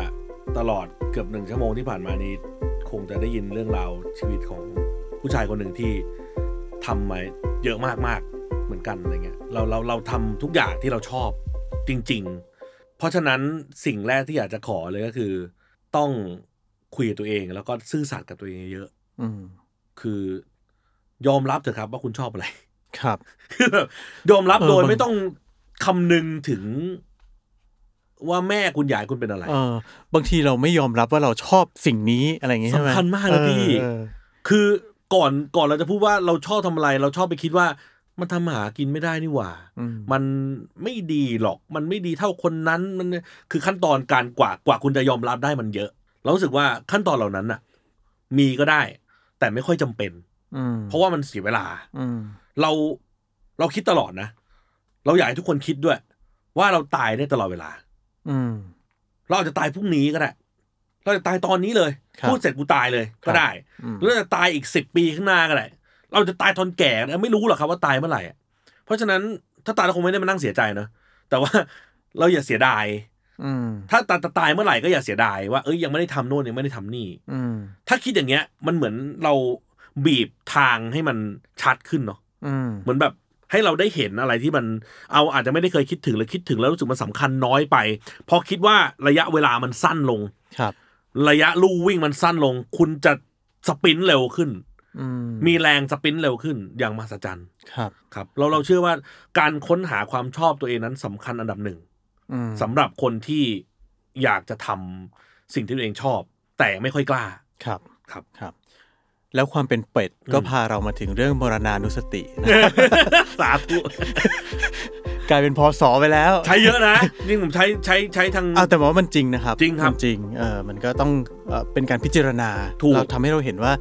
ตลอดเกือบหนึ่งชั่วโมงที่ผ่านมานี้ คงจะได้ยินเรื่องราวชีวิตของผู้ชายคนหนึ่งที่ทำมาเยอะมากๆเหมือนกันอะไรเงี้ยเราเราเราทำทุกอย่างที่เราชอบจริง ๆ เพราะฉะนั้นสิ่งแรกที่อยากจะขอเลยก็คือ ต้องคุยกับตัวเอง แล้วก็ซื่อสัตย์กับตัวเองเยอะ อืม คือยอมรับเถอะครับว่าคุณชอบอะไร ครับ คือแบบยอมรับ เออ โดย มัน ไม่ต้องคำนึงถึง ว่าแม่คุณยายคุณเป็นอะไร เออบางทีเราไม่ยอมรับว่าเราชอบสิ่งนี้อะไรอย่างงี้ใช่ไหม สำคัญมากนะพี่ เออ คือก่อนก่อนเราจะพูดว่าเราชอบทำอะไร เราชอบไปคิดว่า มันทำหากินไม่ได้นี่หว่า อืม มันไม่ดีหรอก มันไม่ดีเท่าคนนั้นมันคือขั้นตอนการกว่ากว่าคุณจะยอมรับได้มันเยอะ เรารู้สึกว่าขั้นตอนเหล่านั้นน่ะ มีก็ได้ แต่ไม่ค่อยจำเป็น อืม เพราะว่ามันเสียเวลา อืม เราเราคิดตลอดนะ เราอยากให้ทุกคนคิดด้วย ว่าเราตายได้ตลอดเวลา อืม เราอาจจะตายพรุ่งนี้ก็ได้ เราจะตายตอนนี้เลย ครับ พูดเสร็จกูตายเลย ครับ ก็ได้ อืม เราจะตายอีกสิบปีข้างหน้าก็ได้ เราจะตายตอนแก่ก็ได้ไม่รู้หรอกครับว่าตายเมื่อไหร่อะเพราะฉะนั้นถ้าตายเราคงไม่ได้มานั่งเสียใจเนอะแต่ว่า เราอย่าเสียดาย อืม ถ้าตายตายเมื่อไหร่ก็อย่าเสียดายว่าเอ้ยยังไม่ได้ทำโน่นยังไม่ได้ทำนี่ อืม ถ้าคิดอย่างเงี้ย มันเหมือนเราบีบทางให้มันชัดขึ้นเนาะ อืม เหมือนแบบให้เราได้เห็นอะไรที่มันเอาอาจจะไม่ได้เคยคิดถึงหรือคิดถึงแล้วรู้สึกมันสำคัญน้อยไป พอคิดว่าระยะเวลามันสั้นลง ครับ ระยะลู่วิ่งมันสั้นลง คุณจะสปรินต์เร็วขึ้น อืม มีแรงสปรินต์เร็วขึ้น อย่างมหัศจรรย์ ครับ ครับเราเราเชื่อว่าการค้นหาความชอบตัวเองนั้นสำคัญอันดับหนึ่ง อืม สำหรับคนที่อยากจะทำสิ่งที่ตัวเองชอบ แต่ไม่ค่อยกล้า ครับ ครับ ครับ แล้วความเป็นเป็ดก็พาเรามาถึงเรื่องมรณานุสตินะ สาธุ กลายเป็นพอสอไปแล้ว ใช้เยอะนะยิ่งผมใช้ใช้ใช้ทาง เอาแต่ว่ามันจริงนะครับ จริงครับ มันจริง เออ มันก็ต้องเอ่อเป็นการพิจารณา ถูก เราทำให้เราเห็นว่า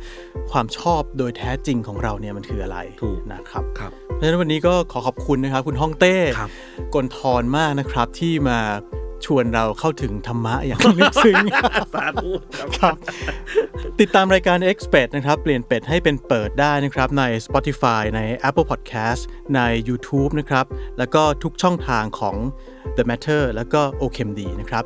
ความชอบโดยแท้จริงของเราเนี่ยมันคืออะไร ถูก นะครับ ครับ เพราะฉะนั้นวันนี้ก็ขอขอบคุณนะครับคุณฮ่องเต้ ครับ กลทรมากนะครับที่มาชวนเราเข้าถึงธรรมะอย่างลึกซึ้ง สาธุครับ ครับ ติดตามรายการ e x p e r t นะครับ เปลี่ยนเป็ดให้เป็นเปิดได้นะครับ ใน Spotify ใน Apple Podcast ใน YouTube นะครับ แล้วก็ทุกช่องทางของ The Matter แล้วก็ OKMD นะครับ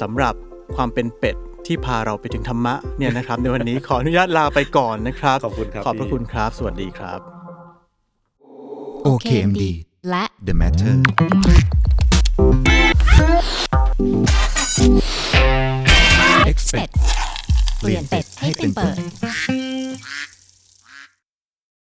สำหรับความเป็นเป็ดที่พาเราไปถึงธรรมะเนี่ยนะครับ ในวันนี้ขออนุญาตลาไปก่อนนะครับ ขอบคุณครับ ขอบพระคุณครับ สวัสดีครับ OKMD OKMD และ The Matter Expect เปลี่ยนเป็ดให้เป็นเปิด